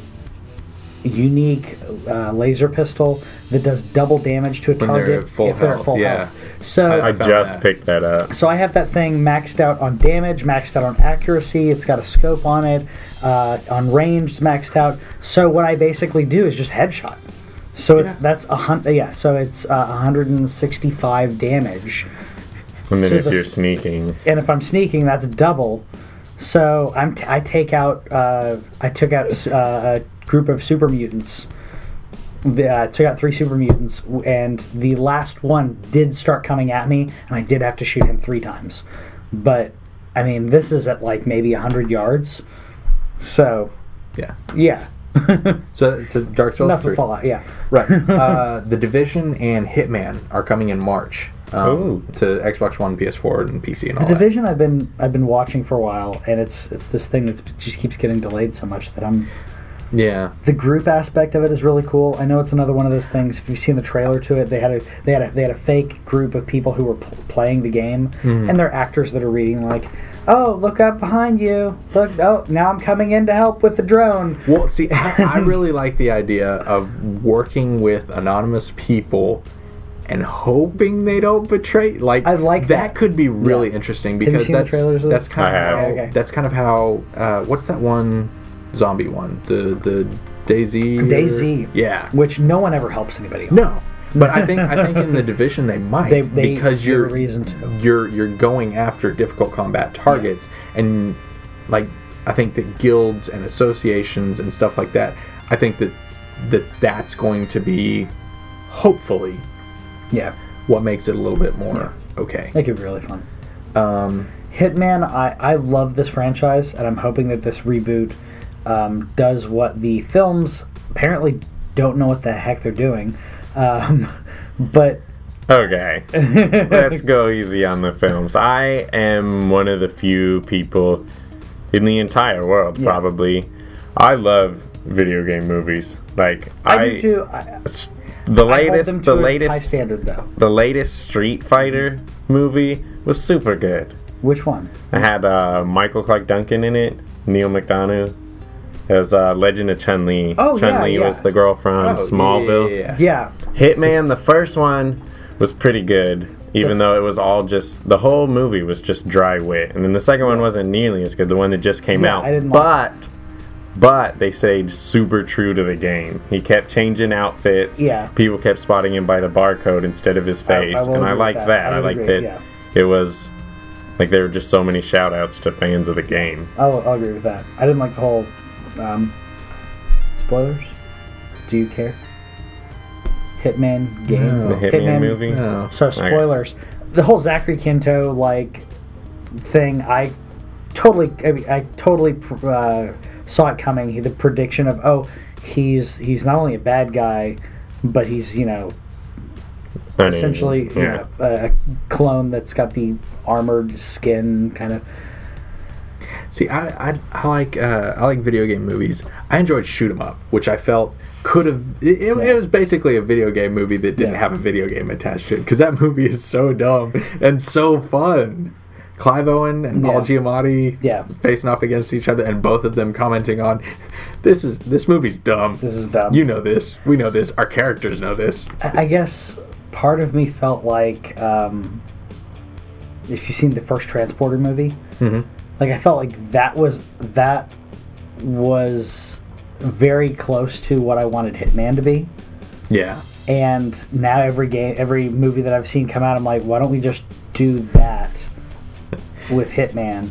unique uh, laser pistol that does double damage to a
they're
target
at full
if they're
health,
at full
yeah.
health. So
I
found
just
that.
picked that up.
so I have that thing maxed out on damage, maxed out on accuracy. It's got a scope on it, uh, on range, it's maxed out. So what I basically do is just headshot. So it's
Yeah.
that's a hundred. Yeah, so it's uh, 165 damage,
And then
to
if
the-
you're sneaking,
and if I'm sneaking, that's double. So I'm t- I take out uh, I took out uh, a group of super mutants. The, uh, took out three super mutants, w- and the last one did start coming at me, and I did have to shoot him three times. But I mean, this is at like maybe hundred yards, so
Yeah.
yeah,
So, so Dark Souls
enough
three.
to fall out. Yeah,
Right. Uh, the Division and Hitman are coming in March
Ooh.
um, to Xbox One, PS4, and PC, and all that.
Division. I've been I've been watching for a while, and it's it's this thing that's just keeps getting delayed so much that I'm
Yeah,
the group aspect of it is really cool. I know it's another one of those things. If you've seen the trailer to it, they had a they had a they had a fake group of people who were pl- playing the game,
Mm-hmm.
and they're actors that are reading like, "Oh, look up behind you! Look, oh, now I'm coming in to help with the drone."
Well, see, I, I really like the idea of working with anonymous people and hoping they don't betray. Like,
I like that.
could be really interesting
you
because
seen the
that's
trailers of
that's
this?
kind
I have.
of how
Okay, okay.
that's kind of how uh, what's that one zombie one the the Daisy or-
Daisy,
yeah
which no one ever helps anybody. on.
no. But I think I think in the division they might
they, they
because
give a
you're
reason to.
you're you're going after difficult combat targets and like i think that guilds and associations and stuff like that i think that that that's going to be hopefully
Yeah,
what makes it a little bit more okay
that could be really fun. Um, Hitman, I I love this franchise, and I'm hoping that this reboot um, does what the films apparently don't know what the heck they're doing. Um, but
okay, let's go easy on the films. I am one of the few people in the entire world, probably. I love video game movies. Like
I,
I,
do too. I,
s- the
I hold
latest,
them to a
the
high
latest,
standard though.
the latest Street Fighter movie was super good.
Which one?
I had uh, Michael Clark Duncan in it, Neil McDonough. It was uh, Legend of Chun Li.
Oh, yeah,
Chun Li
yeah.
was the girl from
Oh,
Smallville.
yeah.
Yeah,
Hitman, the first one, was pretty good, even though it was all just the whole movie was just dry wit, and then the second one wasn't nearly as good. The one that just came
Yeah,
out,
I didn't like
but but they stayed super true to the game. He kept changing outfits.
Yeah.
people kept spotting him by the barcode instead of his face,
will
and I
agree with
like
that.
that.
I
I,
would
like
agree,
that
yeah.
it was like there were just so many shout outs to fans of the game.
I'll, I'll agree with that. I didn't like the whole um, spoilers. Do you care? Hitman game.
The Hitman, movie.
No.
So spoilers. The whole Zachary Quinto like thing, I totally, I, mean, I totally uh, saw it coming. He- The prediction of oh, he's he's not only a bad guy, but he's you know
I mean,
essentially you know, a a clone that's got the armored skin kind of
See, I, I, I like uh, I like video game movies. I enjoyed Shoot 'Em Up, which I felt could have. It, it- it was basically a video game movie that didn't
Yeah.
have a video game attached to it because that movie is so dumb and so fun. Clive Owen and Paul Giamatti
Yeah.
facing off against each other, and both of them commenting on, "This is this movie's dumb.
This is dumb.
You know this. We know this. Our characters know this."
I I guess part of me felt like um, if you've seen the first Transporter movie, like I felt like that was that was very close to what I wanted Hitman to be.
Yeah,
And now every game, every movie that I've seen come out, I'm like, why don't we just do that with Hitman?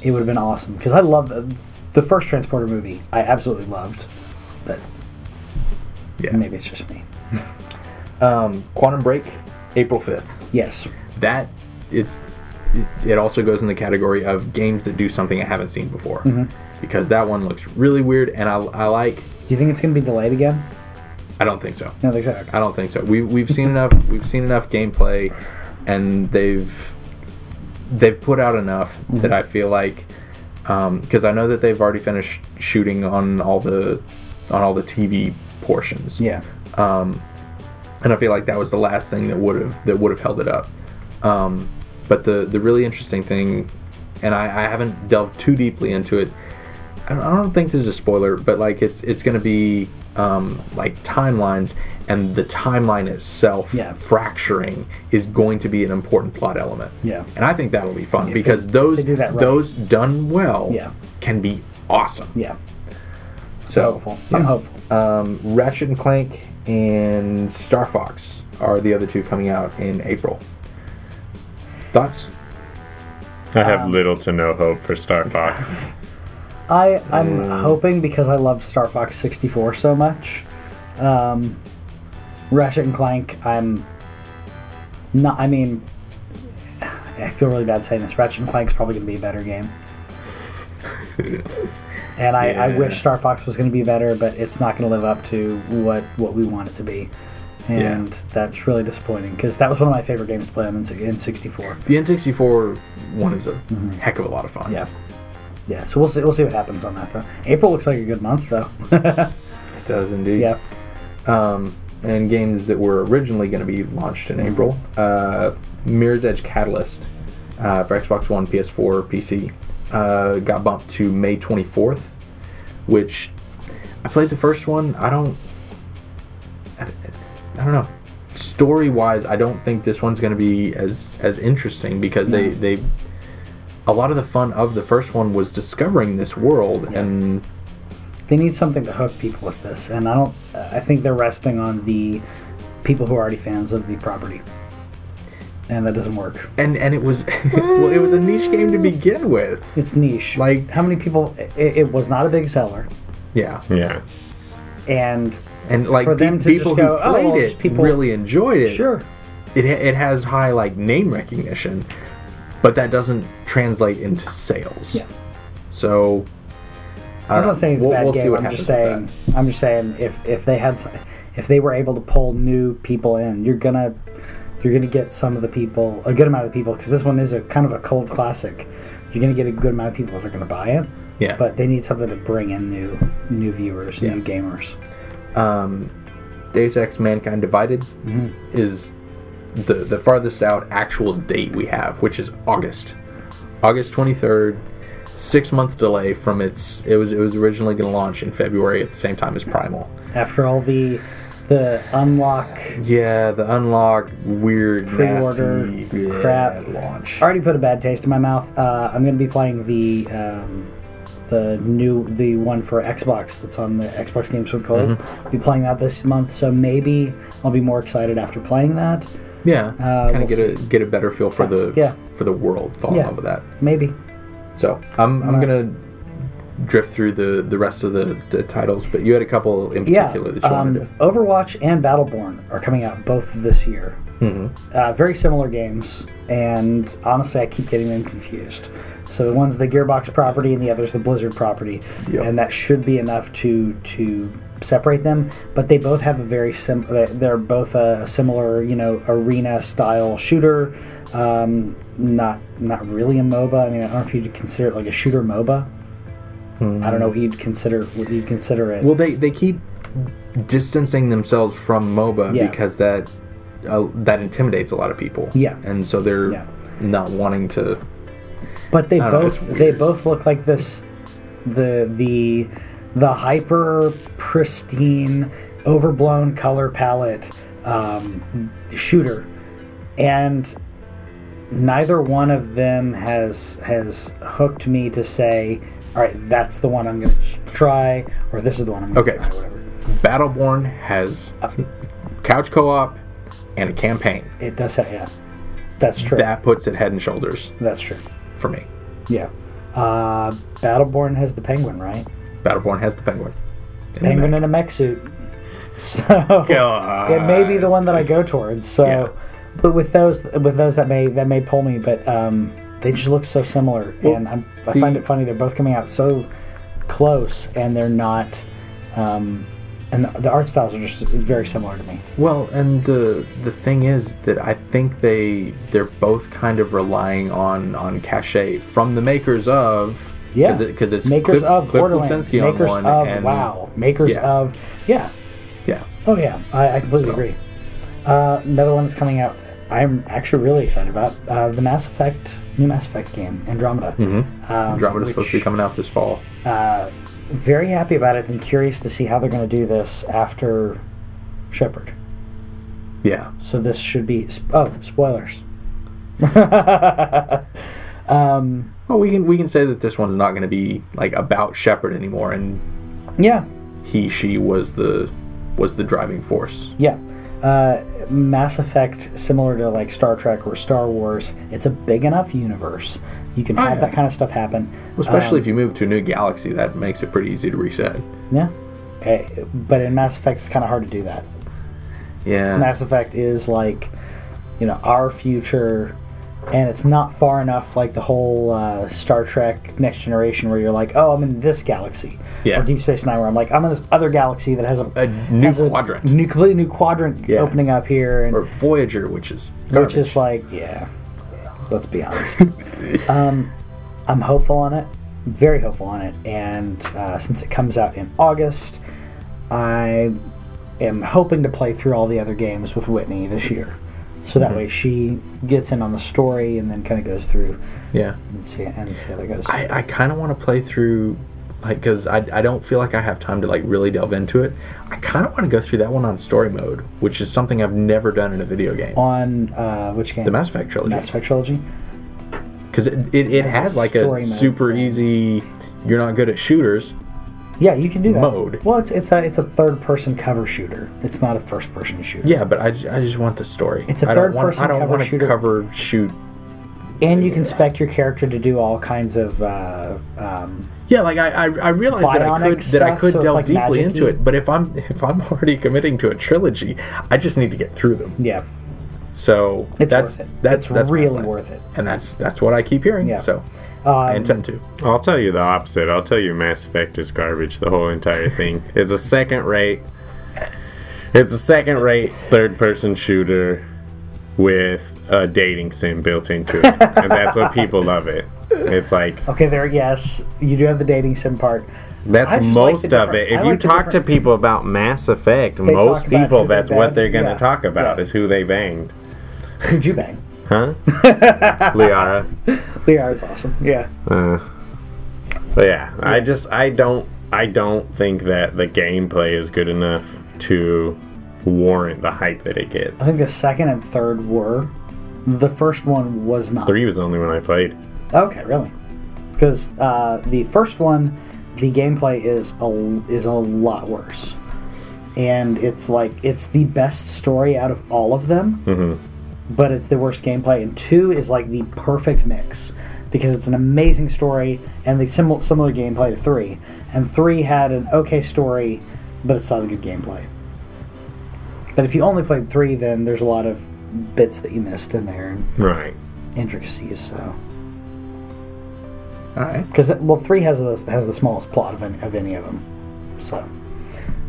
It would have been awesome because I love the, the first Transporter movie. I absolutely loved, but
yeah.
maybe it's just me.
Quantum Break, April fifth.
Yes,
That it's it, it also goes in the category of games that do something I haven't seen before, because that one looks really weird, and I I like.
Do you think it's going to be delayed again?
I don't think so.
No, they said. Okay.
I don't think so. We we've seen enough. We've seen enough gameplay, and they've they've put out enough that I feel like because I know that they've already finished shooting on all the on all the TV portions,
Yeah.
and I feel like that was the last thing that would have that would have held it up. Um, but the the really interesting thing, and I, I haven't delved too deeply into it. I don't, I don't think this is a spoiler, but like it's it's going to be um, like timelines, and the timeline itself
Yeah.
fracturing is going to be an important plot element.
Yeah.
and I think that'll be fun because those
they do that right.
those done well
Yeah.
can be awesome.
Yeah.
So
Hopeful.
yeah.
I'm hopeful.
Um, Ratchet and Clank and Star Fox are the other two coming out in April. Thoughts?
I have
Um,
little to no hope for Star Fox.
I I'm hoping because I love Star Fox 64 so much. Um, Ratchet and Clank. I'm not. I mean, I feel really bad saying this. Ratchet and Clank's probably going to be a better game. And I, I wish
Yeah.
Star Fox was going to be better, but it's not going to live up to what, what we want it to be, and that's really disappointing because that was one of my favorite games to play on in, in 64.
The N64 one is a heck of a lot of fun.
Mm-hmm. Yeah. Yeah, so we'll see we'll see what happens on that though. April looks like a good month though.
It does indeed.
yeah.
Um, and games that were originally going to be launched in April uh, Mirror's Edge Catalyst uh, for Xbox One, PS4, PC uh, got bumped to May 24th, which I played the first one. I don't. I, I don't know. Story wise, I don't think this one's going to be as as interesting because they they a lot of the fun of the first one was discovering this world and
They need something to hook people with this and I don't I think they're resting on the people who are already fans of the property. And that doesn't work.
and and it was well it was a niche game to begin with.
It's niche.
Like-
how many people it, it was not a big seller
Yeah,
yeah.
and
and like
For
pe-
them to just
people
go,
who
"Oh,
played
well,
it
just people-
really enjoyed it.
sure
it ha- it has high like name recognition, but that doesn't translate into sales.
Yeah.
So
I'm not saying it's a
We'll-
bad
we'll see
game.
what
I'm just
happens
saying.
with
I'm just saying if if they had, s- if they were able to pull new people in, you're gonna you're gonna get some of the people, a good amount of the people, because this one is a kind of a cold classic. You're gonna get a good amount of people that are gonna buy it,
yeah,
but they need something to bring in new new viewers, new gamers.
Deus Ex: Mankind Divided
Mm-hmm.
is the the farthest out actual date we have, which is August, August twenty third. Six month delay from its it was it was originally going to launch in February at the same time as Primal.
After all the the unlock,
Yeah, the unlock weird
Pre-order
nasty yeah,
crap.
launch.
I already put a bad taste in my mouth. Uh, I'm gonna be playing the. Um, the new the one for Xbox that's on the Xbox Games with Gold. Be playing that this month, so maybe I'll be more excited after playing that.
Yeah, kind
Uh, we'll
of get a get a better feel for the
Yeah.
for the world. Fall in
Yeah.
love with that.
Maybe.
So I'm I'm gonna drift through the the rest of the, the titles, but you had a couple in
Yeah.
particular that you
Um,
wanted to.
Overwatch and Battleborn are coming out both this year. Mm-hmm. Uh, very similar games, and honestly, I keep getting them confused. So the one's the Gearbox property, and the other's the Blizzard property,
Yep.
and that should be enough to to separate them. But they both have a very sim. they- They're both a similar, you know, arena style shooter. Um, not not really a MOBA. I mean, I don't know if you'd consider it like a shooter MOBA. I
Mm-hmm.
don't know what you'd consider what you'd consider it.
Well, they they keep distancing themselves from MOBA
Yeah.
because that uh, that intimidates a lot of people.
Yeah.
and so they're
Yeah.
not wanting to
But they
I don't know,
both
it's
they both look like this the the the hyper pristine overblown color palette um, shooter and neither one of them has has hooked me to say all right that's the one I'm going to try or this is the one I'm going to
Okay.
try whatever
Battleborn has couch co-op and a campaign.
it does say yeah that's true
That puts it head and shoulders
that's true
for me.
yeah uh, Battleborn has the penguin right
Battleborn has the penguin. And
penguin
Mac.
in a mech suit. So
God.
it may be the one that I go towards. So,
Uh, Yeah.
but with those, with those that may that may pull me, but um, they just look so similar, and I'm, I
the-
find it funny they're both coming out so close, and they're not. Um, and the, the art styles are just very similar to me.
Well, and the the thing is that I think they they're both kind of relying on on cachet from the makers of
Yeah,
because it's
makers
Cliff-
of
Cliff
Borderlands,
Bleszinski on
makers
one
of
and-
Wow, makers
Yeah.
of yeah.
yeah
Oh yeah, I, I completely agree. Uh, another one that's coming out. I'm actually really excited about uh, the Mass Effect new Mass Effect game, Andromeda.
Mm-hmm. Andromeda's supposed to be
Um, which-
coming out this fall.
Very happy about it, and curious to see how they're going to do this after Shepard.
Yeah,
So this should be sp- oh spoilers.
Well, we can we can say that this one's not going to be like about Shepard anymore, and
Yeah,
he she was the was the driving force.
yeah. Uh, Mass Effect, similar to like Star Trek or Star Wars, it's a big enough universe. You can have
yeah.
that kind of stuff happen.
Well, especially if
Um,
you move to a new galaxy, that makes it pretty easy to reset.
Yeah. Eh, but in Mass Effect, it's kind of hard to do that.
Yeah,
Mass Effect is like, you know, our future, and it's not far enough like the whole uh, Star Trek Next Generation where you're like, oh, I'm in this galaxy.
Yeah.
Or Deep Space Nine where I'm like, I'm in this other galaxy that has a,
A new
has
quadrant.
new, completely new quadrant
Yeah.
opening up here, and
or Voyager, which is
which
garbage.
is like, yeah, let's be honest. um, I'm hopeful on it, very hopeful on it, and uh, since it comes out in August, I am hoping to play through all the other games with Whitney this year, so
Mm-hmm.
that way she gets in on the story and then kind of goes through
yeah.
and see and see how that goes.
I, I kind of want to play through like because I, I don't feel like I have time to like really delve into it. I kind of want to go through that one on story mode, which is something I've never done in a video game.
on uh, which game?
The Mass Effect trilogy.
Mass Effect trilogy.
because it, it, it
Has a
has like a
story mode
super
thing.
easy you're not good at shooters
Yeah, you can do that.
Mode.
Well, it's it's a it's a third person cover shooter. It's not a first person shooter.
yeah but i, ju- I just want the story
It's a
I don't
third-person
want, i don't
cover
want to
shooter.
cover shoot
And you can spec your character to do all kinds of. Uh, um,
yeah like i i, I realized that i
Bionic
could that i
stuff,
could
so it's
delve
like
deeply into
magic-y.
it but if i'm if i'm already committing to a trilogy i just need to get through them
yeah,
so
it's
that's
worth it.
that's
it's
that's my
really
plan.
worth it.
and that's that's what i keep hearing
Yeah.
so i intend to
I'll tell you the opposite. I'll tell you Mass Effect is garbage, the whole entire thing. it's a second rate It's a second rate third person shooter with a dating sim built into it. and that's what people love it. It's like
Okay, there. Yes, you do have the dating sim part. I
that's
just like
most
the
of
different-
it. If
I
you
like the
talk to
different-
people about Mass Effect,
talk
most
about
people
who they
that's what
banged.
they're gonna
Yeah.
talk about
Yeah.
is who they banged.
Could you bang?
Huh? Liara.
Liara is awesome. Yeah,
But yeah, I just I don't I don't think that the gameplay is good enough to warrant the hype that it
I
gets.
think the second and third were. The first one was not.
Three was the only one I played.
Okay, really? Because uh, the first one, the gameplay is a is a lot worse, and it's like it's the best story out of all of them, but it's the worst gameplay. And two is like the perfect mix because it's an amazing story and the similar similar gameplay to three, and three had an okay story, but it's not a good gameplay. But if you only played three, then there's a lot of bits that you missed in there and
Right.
intricacies. So.
all right
because well, three has the has the smallest plot of any of, any of them. So,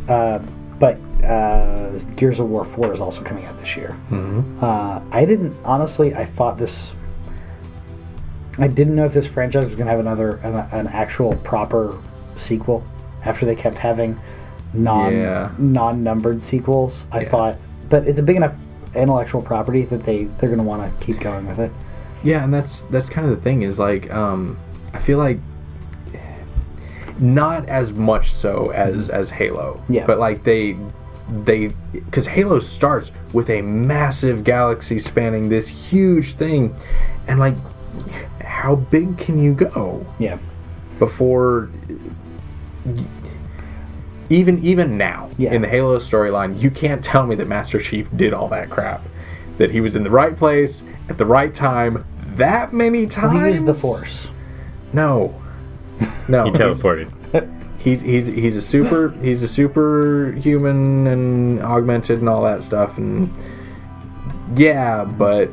uh, but uh, Gears of War four is also coming out this year. Uh, I didn't honestly. I thought this. I didn't know if this franchise was going to have another an, an actual proper sequel after they kept having non
Yeah.
non numbered sequels. I thought, but it's a big enough intellectual property that they they're going to want to keep going with it.
Yeah, and that's that's kind of the thing is like um, I feel like not as much so as as Halo.
Yeah.
But like they they because Halo starts with a massive galaxy spanning this huge thing, and like how big can you go
Yeah.
before? Even even now
Yeah.
in the Halo storyline, you can't tell me that Master Chief did all that crap. That he was in the right place at the right time that many times.
We use the force.
No, no.
He teleported.
he's he's he's a super he's a superhuman and augmented and all that stuff and yeah but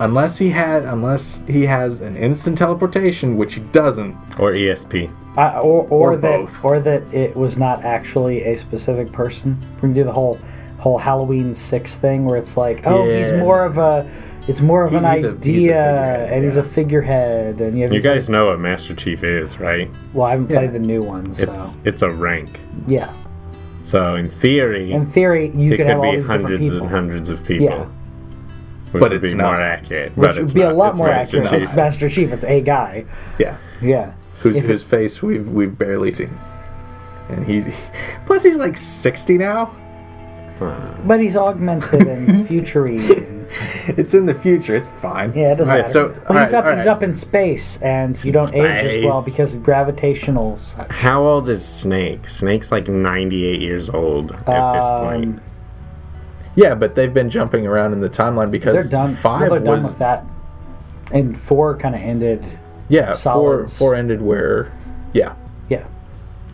unless he had unless he has an instant teleportation which he doesn't
Or E ESP.
I, or or,
Or
that
both.
or that it was not actually a specific person. We can do the whole whole Halloween six thing where it's like, oh, he's
Yeah.
more of a, it's more of an
he's a- he's a
idea,
figurehead,
and he's a
yeah.
figurehead, and you have.
You
these-
guys know what Master Chief is, right?
well, I haven't played
Yeah.
the new one, so
It's it's a rank.
yeah.
So in theory,
In theory, you
it
could have
could
all
be
these different
hundreds
people.
and hundreds of people.
Yeah.
Which
But
would
it's
be
not.
more accurate.
Which
but
would
it's
be a
not.
lot
It's
more
Master
accurate.
Chief.
It's Master Chief. It's a guy.
yeah
Yeah.
whose
If it-
whose face we've we've barely seen and he's plus he's like 60 now
But he's augmented and it's futury. and-
it's in the future it's fine
yeah, it doesn't
All right,
matter.
so
well,
all
he's
right,
up.
all
He's
right.
up in space, and you don't age as well
Space.
because of gravitational. Such.
How old is Snake? Snake's like 98 years old at this
Um,
point.
yeah but they've been jumping around in the timeline because
They're done.
five
well, they're
was
done with that. And four kind of ended.
yeah
solids.
four four ended where yeah
Yeah,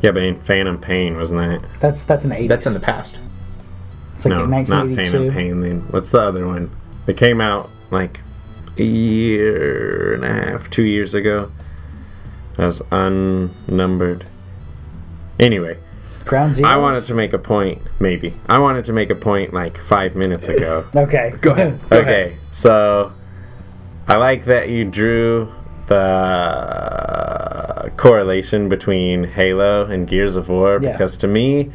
Yeah, but in Phantom Pain, wasn't it?
that's that's an eighties.
that's in the past
it's like
no,
in
not Phantom
1982.
Pain. Then what's the other one? That came out like a year and a half, two years ago. That was unnumbered. Anyway,
Ground Zero.
I wanted to make a point. Maybe I wanted to make a point like five minutes ago.
Okay.
go ahead
okay, so I like that you drew the correlation between Halo and Gears of War
Yeah.
because to me,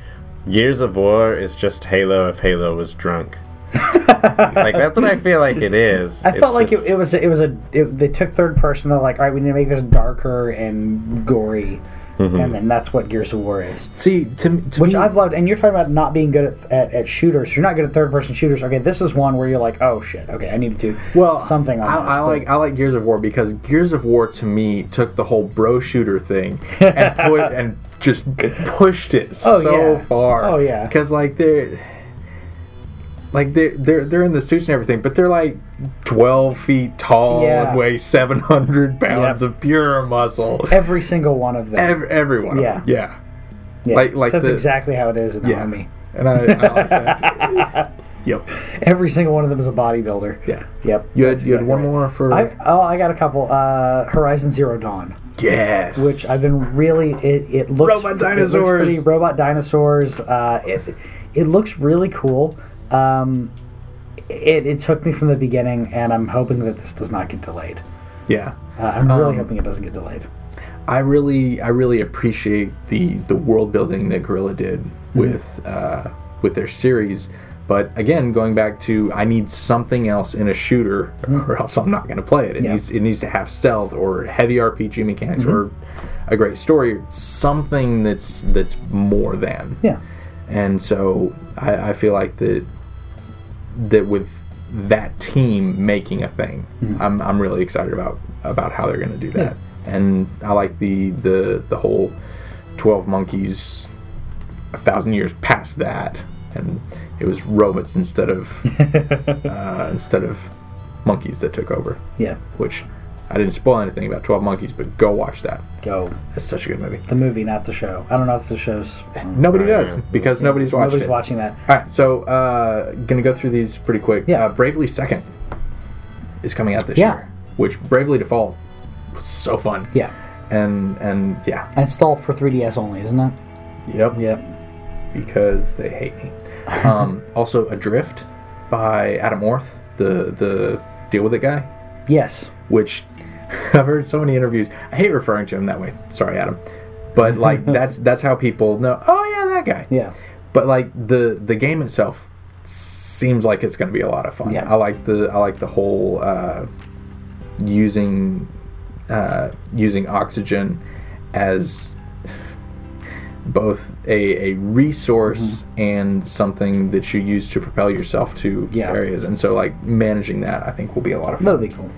Gears of War is just Halo if Halo was drunk. like that's what I feel like it is.
I felt
It's
like
just-
it, it was it was a it, they took third person. They're like, all right, we need to make this darker and gory,
Mm-hmm.
and then that's what Gears of War is,
See, to, to
which
me,
I've loved. And you're talking about not being good at, at, at shooters. You're not good at third person shooters. Okay, this is one where you're like, oh shit. Okay, I need to do
well
something. On
I,
this,
I
but-
like I like Gears of War because Gears of War to me took the whole bro shooter thing and put and just pushed it
Oh,
so
yeah.
far.
Oh, yeah.
because like they're like they're they're they're in the suits and everything, but they're like twelve feet tall
Yeah.
and weigh seven hundred pounds
Yep.
of pure muscle.
every single one of them.
Every, every one of
Yeah.
them. Yeah.
Yeah.
Like- like
So that's
the-
exactly how it is in the
Yeah.
army.
And I, I like that. yep.
Every single one of them is a bodybuilder.
Yeah.
Yep.
You had
That's
you had
exactly
one
right.
more for
I, oh, I got a couple. Uh, Horizon Zero Dawn,
yes,
which I've been really. It, it looks
Robot
it looks
dinosaurs.
pretty- robot dinosaurs. Uh, it it looks really cool. Um, it it took me from the beginning, and I'm hoping that this does not get delayed.
yeah.
Uh, I'm
Um,
really hoping it doesn't get delayed.
I really I really appreciate the the world building that Gorilla did with uh, with their series. But again, going back to I need something else in a shooter, or else I'm not going to play it. It
Yeah.
needs it needs to have stealth or heavy RPG mechanics or a great story, something that's that's more than.
Yeah.
And so I, I feel like that that with that team making a thing, I'm, I'm really excited about about how they're going to do that. And I like the the the whole Twelve Monkeys, a thousand years past that, and it was robots instead of uh, instead of monkeys that took over.
Yeah.
Which I didn't spoil anything about Twelve Monkeys, but go watch that.
Go
That's such a good movie.
the movie, not the show. I don't know if the show's
Nobody
Right,
does
yeah.
because nobody's watched
nobody's
it.
watching that.
All right, so uh, gonna go through these pretty quick.
Yeah.
Uh, Bravely Second is coming out this
Yeah.
year, which Bravely Default was so fun.
Yeah.
And and yeah,
And stall for 3DS only, isn't it?
yep,
Yep.
because they hate me. Um, also, Adrift by Adam Orth, the the deal with it guy,
Yes.
which I've heard so many interviews. I hate referring to him that way. Sorry, Adam, but like that's that's how people know. Oh yeah, that guy.
Yeah.
but like the the game itself seems like it's going to be a lot of fun.
Yeah.
I like the I like the whole uh, using uh, using oxygen as both a, a resource and something that you use to propel yourself to
Yeah.
areas. And so, like managing that, I think will be a lot of fun.
That'll be cool.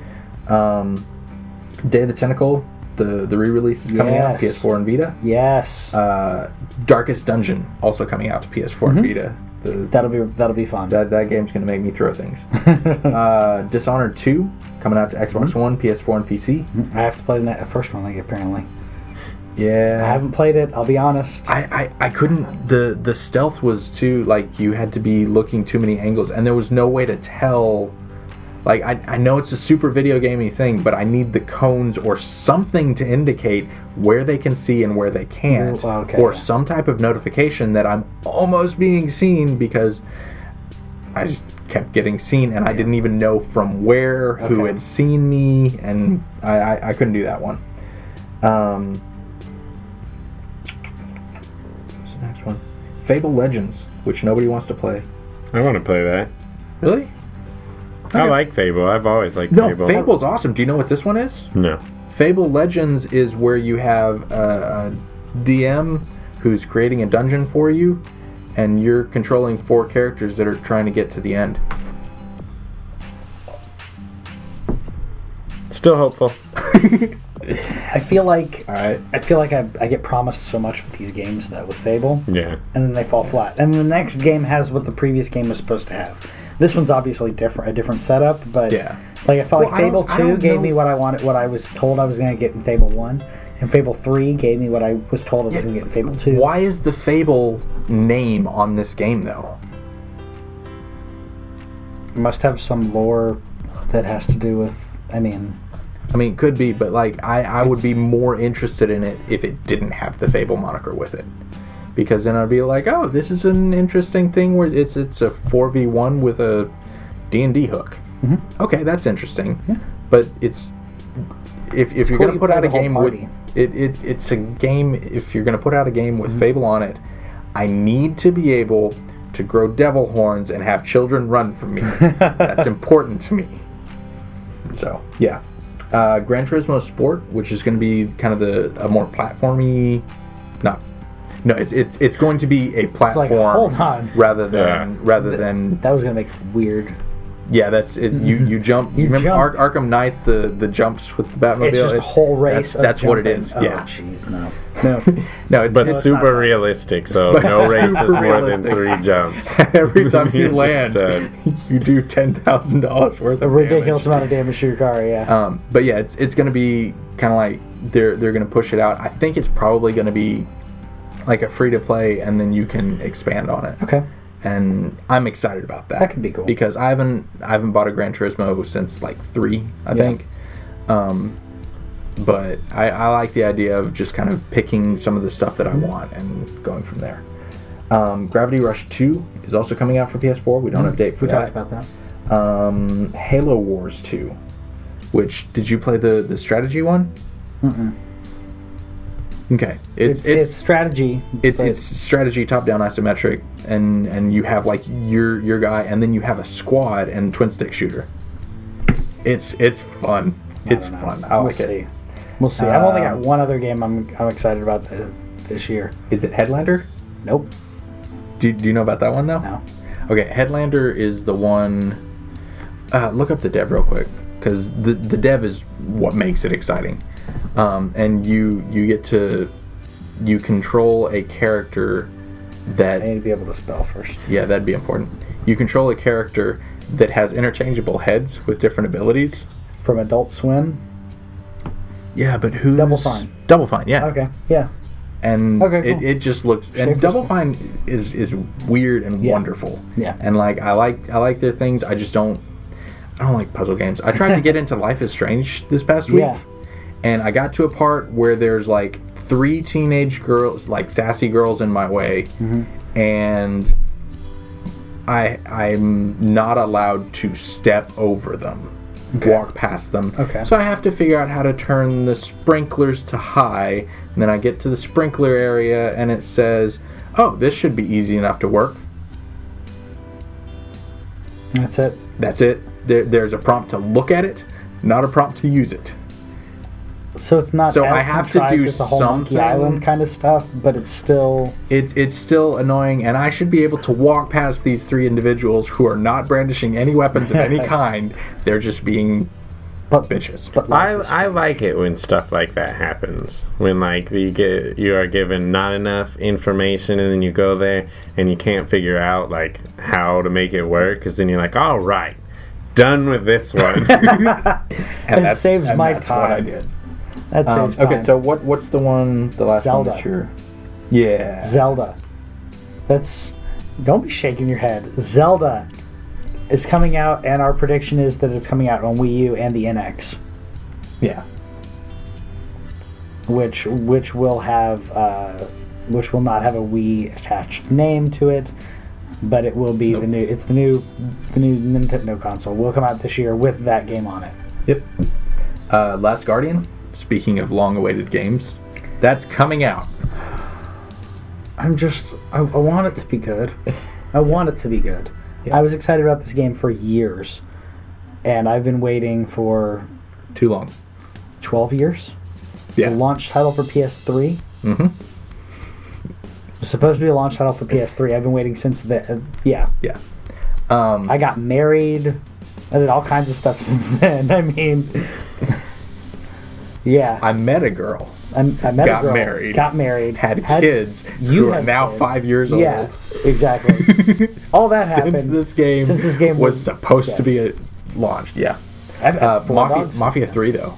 Day of the Tentacle, the the re-release is coming out
Yes.
PS4 and Vita.
Yes,
Uh, Darkest Dungeon also coming out to PS4 and Vita. The,
that'll be that'll be fun.
that that game's gonna make me throw things. uh, Dishonored 2 coming out to Xbox One, PS4, and PC.
I have to play that first one. Like apparently,
Yeah,
I haven't played it. I'll be honest.
I, I, I couldn't the the stealth was too like you had to be looking too many angles and there was no way to tell like I, I know it's a super video gamey thing but I need the cones or something to indicate where they can see and where they can't
Well, okay,
or
yeah.
some type of notification that I'm almost being seen because I just kept getting seen and I didn't even know from where who
Okay.
had seen me and I, I, I couldn't do that one um What's the next one? Fable Legends, which nobody wants to play.
I want to play that.
Really?
I like Fable. I've always liked
No,
Fable.
Fable's awesome. Do you know what this one is?
No.
Fable Legends is where you have a, a DM who's creating a dungeon for you, and you're controlling four characters that are trying to get to the end.
Still hopeful.
I feel like
All right.
I feel like I, I get promised so much with these games though with Fable,
Yeah.
and then they fall flat. And the next game has what the previous game was supposed to have. This one's obviously different, a different setup, but
Yeah.
like I felt
Well,
like
I
Fable
don't- I
Two
don't
gave
know-
me what I wanted, what I was told I was going to get in Fable One, and Fable Three gave me what I was told I was going to get in Fable Two.
Why is the Fable name on this game though?
It must have some lore that has to do with. I mean,
I mean, it could be, but like I, I would be more interested in it if it didn't have the Fable moniker with it, because then I'd be like, oh, this is an interesting thing where it's it's a four v one with a D and D hook.
Mm-hmm.
Okay, that's interesting, but it's if, if you're
cool
gonna
you
put
play
out a
the whole
game with
party.
it, it it's a game if you're gonna put out a game
Mm-hmm.
with Fable on it, I need to be able to grow devil horns and have children run from me. that's important to me. So yeah, uh, Gran Turismo Sport, which is going to be kind of the a more platformy, not. No, it's, it's it's going to be a platform
like, hold on.
rather than
Yeah.
rather than
that was going to make it weird.
yeah. That's it, you you jump. You remember
jump.
Ar- Arkham Knight the the jumps with the Batmobile.
It's just a whole race.
That's, that's
of
what it
jumping.
is.
Oh,
Yeah.
Jeez, no.
No. No. It's,
But
it's
not
super
fun.
realistic, so no race
super
is more than
realistic.
three jumps.
every time you
You're just
land,
dead.
you do ten thousand dollars worth
A
of
ridiculous
damage.
amount of damage to your car. Yeah.
Um, but yeah, it's it's gonna be kind of like they're they're gonna push it out. I think it's probably gonna be like a free to play, and then you can expand on it.
okay.
And I'm excited about that.
That could be cool.
because I haven't I haven't bought a Gran Turismo since like three, I think. Um, but I, I like the idea of just kind of picking some of the stuff that I want and going from there. Um, Gravity Rush Two is also coming out for PS4. We don't have a date for
Mm-hmm. We
that
talked about that.
um, Halo Wars 2, which did you play the the strategy one? Mm-mm. Okay,
It's,
it's
it's,
it's
strategy.
it's,
but
it's strategy top down isometric, and and you have like your your guy, and then you have a squad and twin stick shooter. It's it's fun. It's fun. I
we'll
like
see.
it.
We'll see. I've only got
oh, Um,
one other game I'm I'm excited about th- this year.
Is it Headlander?
Nope.
Do, do you know about that one though?
No.
Okay, Headlander is the one. Uh, look up the dev real quick, because the the dev is what makes it exciting. Um, and you you get to you control a character that
I need to be able to spell first.
yeah that'd be important. You control a character that has interchangeable heads with different abilities.
From Adult Swim.
Yeah, but who's
Double Fine.
Double Fine, yeah.
Okay. Yeah.
and
Okay,
it,
cool.
it just looks
Shape
and
is
double
cool.
fine is is weird and
Yeah.
wonderful
Yeah.
and like i like i like their things i just don't i don't like puzzle games i tried to get into life is strange this past week
Yeah.
and i got to a part where there's like three teenage girls like sassy girls in my way
Mm-hmm.
and i i'm not allowed to step over them walk past them
Okay.
so I have to figure out how to turn the sprinklers to high, and then I get to the sprinkler area and it says, "Oh, this should be easy enough to work."
That's it.
That's it. There, there's a prompt to look at it. not a prompt to use it.
So it's not.
So
as
I have to
contrived
do
as the whole Monkey
something-
Island kind of stuff, but it's still
It's it's still annoying, and I should be able to walk past these three individuals who are not brandishing any weapons of any kind. They're just being
but
bitches.
But
I,
life is
I like it when stuff like that happens. When like you get you are given not enough information, and then you go there and you can't figure out like how to make it work. Because then you're like, all right, done with this
And
one.
It
that's-
saves
and
my
that's What I
time.
did.
that
Um,
saves time.
okay, so what what's the one the last one that
Zelda.
you're? Yeah,
Zelda. That's don't be shaking your head. Zelda is coming out, and our prediction is that it's coming out on Wii U and the NX,
yeah.
which which will have uh, which will not have a Wii attached name to it, but it will be the new. It's the new the new Nintendo console will come out this year with that game on it.
Yep. Uh, Last Guardian. Speaking of long-awaited games, that's coming out.
I'm just I, I want it to be good. I want it to be good. I was excited about this game for years, and I've been waiting for
Too long.
12 years. It's
Yeah.
a launch title for PS3. Mm-hmm. It's supposed to be a launch title for PS3. I've been waiting since the uh, yeah.
Yeah. Mm.
I got married. I did all kinds of stuff since then. I mean, yeah. I,
I met a girl,
I, met a
got
girl,
married,
Got married.
had, kids,
you
who are
had
now
kids.
five years
Yeah,
old.
exactly. all that happened
Since this game,
Since this game
was,
was-
supposed to be
yes.
a, launched, yeah.
I've had
Uh,
four
Mafia,
dogs since
Mafia
then.
Three though.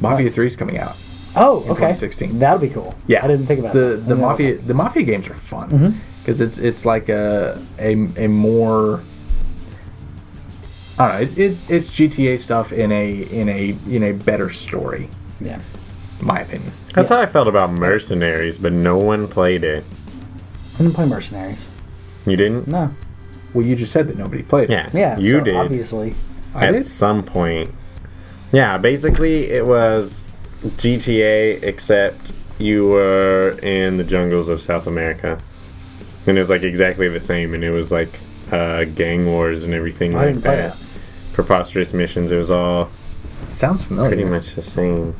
Mafia Three is coming out.
Oh, okay.
2016.
That'll be cool.
Yeah,
I didn't think about
the
that. Mm-hmm. I
the
didn't know
Mafia the Mafia games are fun because it's it's like a a, a more I don't know. It's, it's it's GTA stuff in a in a in a better story,
about that. Yeah.
in my opinion.
That's how I felt about Mercenaries, but no one played it.
I didn't play Mercenaries.
You didn't?
No.
Well, you just said that nobody played. it.
Yeah,
Yeah.
you
so
did.
Obviously.
I
at
did.
some point. Yeah, basically it was GTA except you were in the jungles of South America. And it was like exactly the same and it was like uh, gang wars and everything
I
like
didn't play
that. Preposterous missions, it was all
Sounds familiar.
pretty much the same.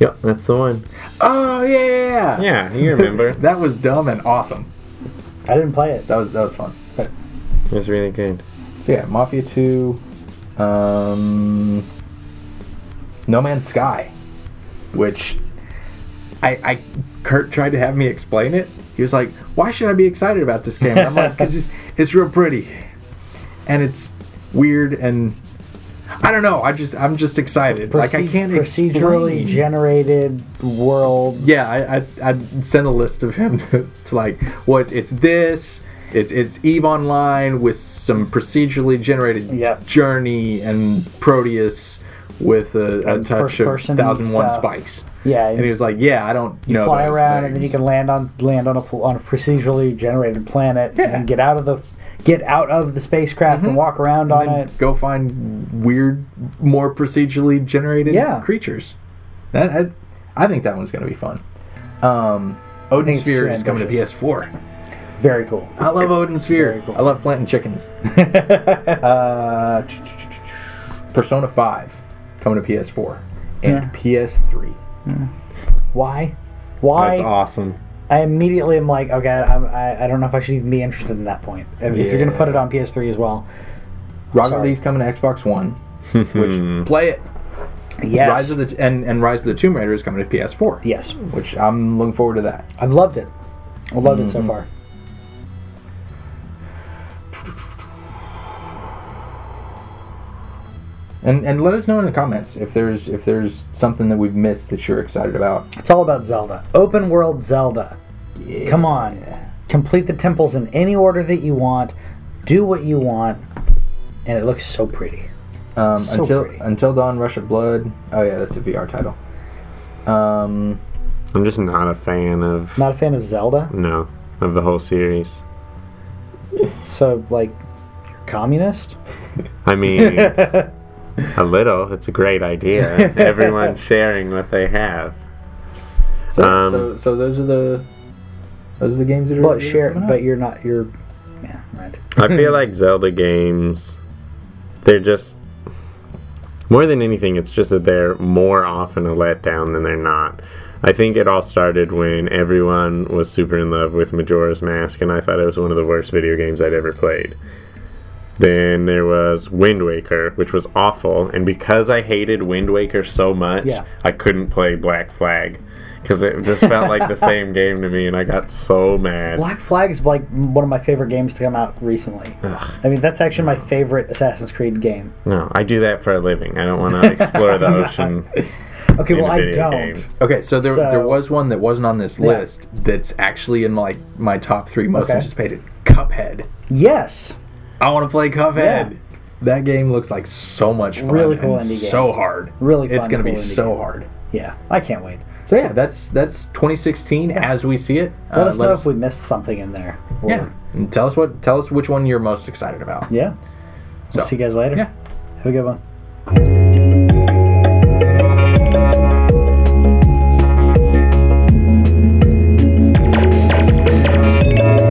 Yep, that's the one.
Oh yeah.
Yeah, you remember. it
that was dumb and awesome.
I didn't play it.
That was that was fun.
was really good.
So yeah, Mafia Two, um, No Man's Sky, which I, I Kurt tried to have me explain it. He was like, "Why should I be excited about this game?" And I'm like, "Cause it's it's real pretty, and it's weird, and I don't know. I just I'm just excited. like I
Proce-
can't
procedurally
explain.
generated worlds.
Yeah, I, I I'd send a list of him to, to like, well, it's, it's this, it's it's Eve Online with some procedurally generated
Yep.
journey and Proteus with a, a touch of
first-person
thousand one
stuff.
spikes.
Yeah.
And he was like, yeah, I don't
you
know
fly
those
around and then you
things."
can land on land on a pl- on a procedurally generated planet and get out of the get out of the spacecraft and walk around on
Mm-hmm. And
it.
go find weird, more procedurally generated
Yeah.
creatures. That I, I think that one's gonna be fun. Um, Odin
think it's
Sphere
too
is coming to
ambitious.
PS4.
Very cool.
I love Odin Sphere.
Very cool.
I love planting chickens. uh, ch- ch- ch- ch- Persona 5 coming to PS4 and
Yeah.
PS3.
Why? Why?
That's awesome.
I immediately am like, okay, I'm, I, I don't know if I should even be interested in that point. If, if you're gonna put it on PS3 as well,
Rocket
sorry.
League's coming to Xbox One, which play it.
yes,
Rise of the and and Rise of the Tomb Raider is coming to PS4.
yes,
which I'm looking forward to that.
I've loved it. I loved it so
Mm-hmm.
far.
And and let us know in the comments if there's if there's something that we've missed that you're excited about.
It's all about Zelda. Open world Zelda. Come on. Complete the temples in any order that you want. Do what you want. And it looks so pretty.
Um,
So
until
pretty.
until dawn, Rush of Blood. Oh yeah, that's a VR title. Um,
I'm just not a fan of
Not a fan of Zelda,
no, of the whole series.
so like you're communist?
I mean, a little. It's a great idea. Everyone's sharing what they have.
So,
Um,
Um,
so, so those are the those are the games that are.
But
that are
share
coming out?
but you're not you're Yeah, right.
I feel like Zelda games, they're just more than anything, it's just that they're more often a letdown than they're not. I think it all started when everyone was super in love with Majora's Mask, and I thought it was one of the worst video games I'd ever played. Then there was Wind Waker, which was awful, and because I hated Wind Waker so much,
Yeah.
I couldn't play Black Flag because it just felt like the same game to me, and I got so mad.
Black Flag is like one of my favorite games to come out recently. I mean, that's actually my favorite Assassin's Creed game.
No, I do that for a living. I don't want to explore the ocean.
Mm.
Okay,
In a
well, I
video
don't.
game.
Okay, so there,
So-
there was one that wasn't on this list that's actually in like my top three most
Okay.
anticipated. Cuphead.
Yes.
I want to play Cuphead.
Yeah.
That game looks like so much fun.
Really cool
and
indie game.
So hard.
Really
It's
fun,
gonna be
cool indie
so
game.
hard.
Yeah, I can't wait.
So yeah, that's that's 2016 as we see it. Uh,
Let us know if we missed something in there. Or-
yeah. And tell us what tell us which one you're most excited about.
Yeah. We'll
So-
see you guys later.
Yeah.
Have a good one.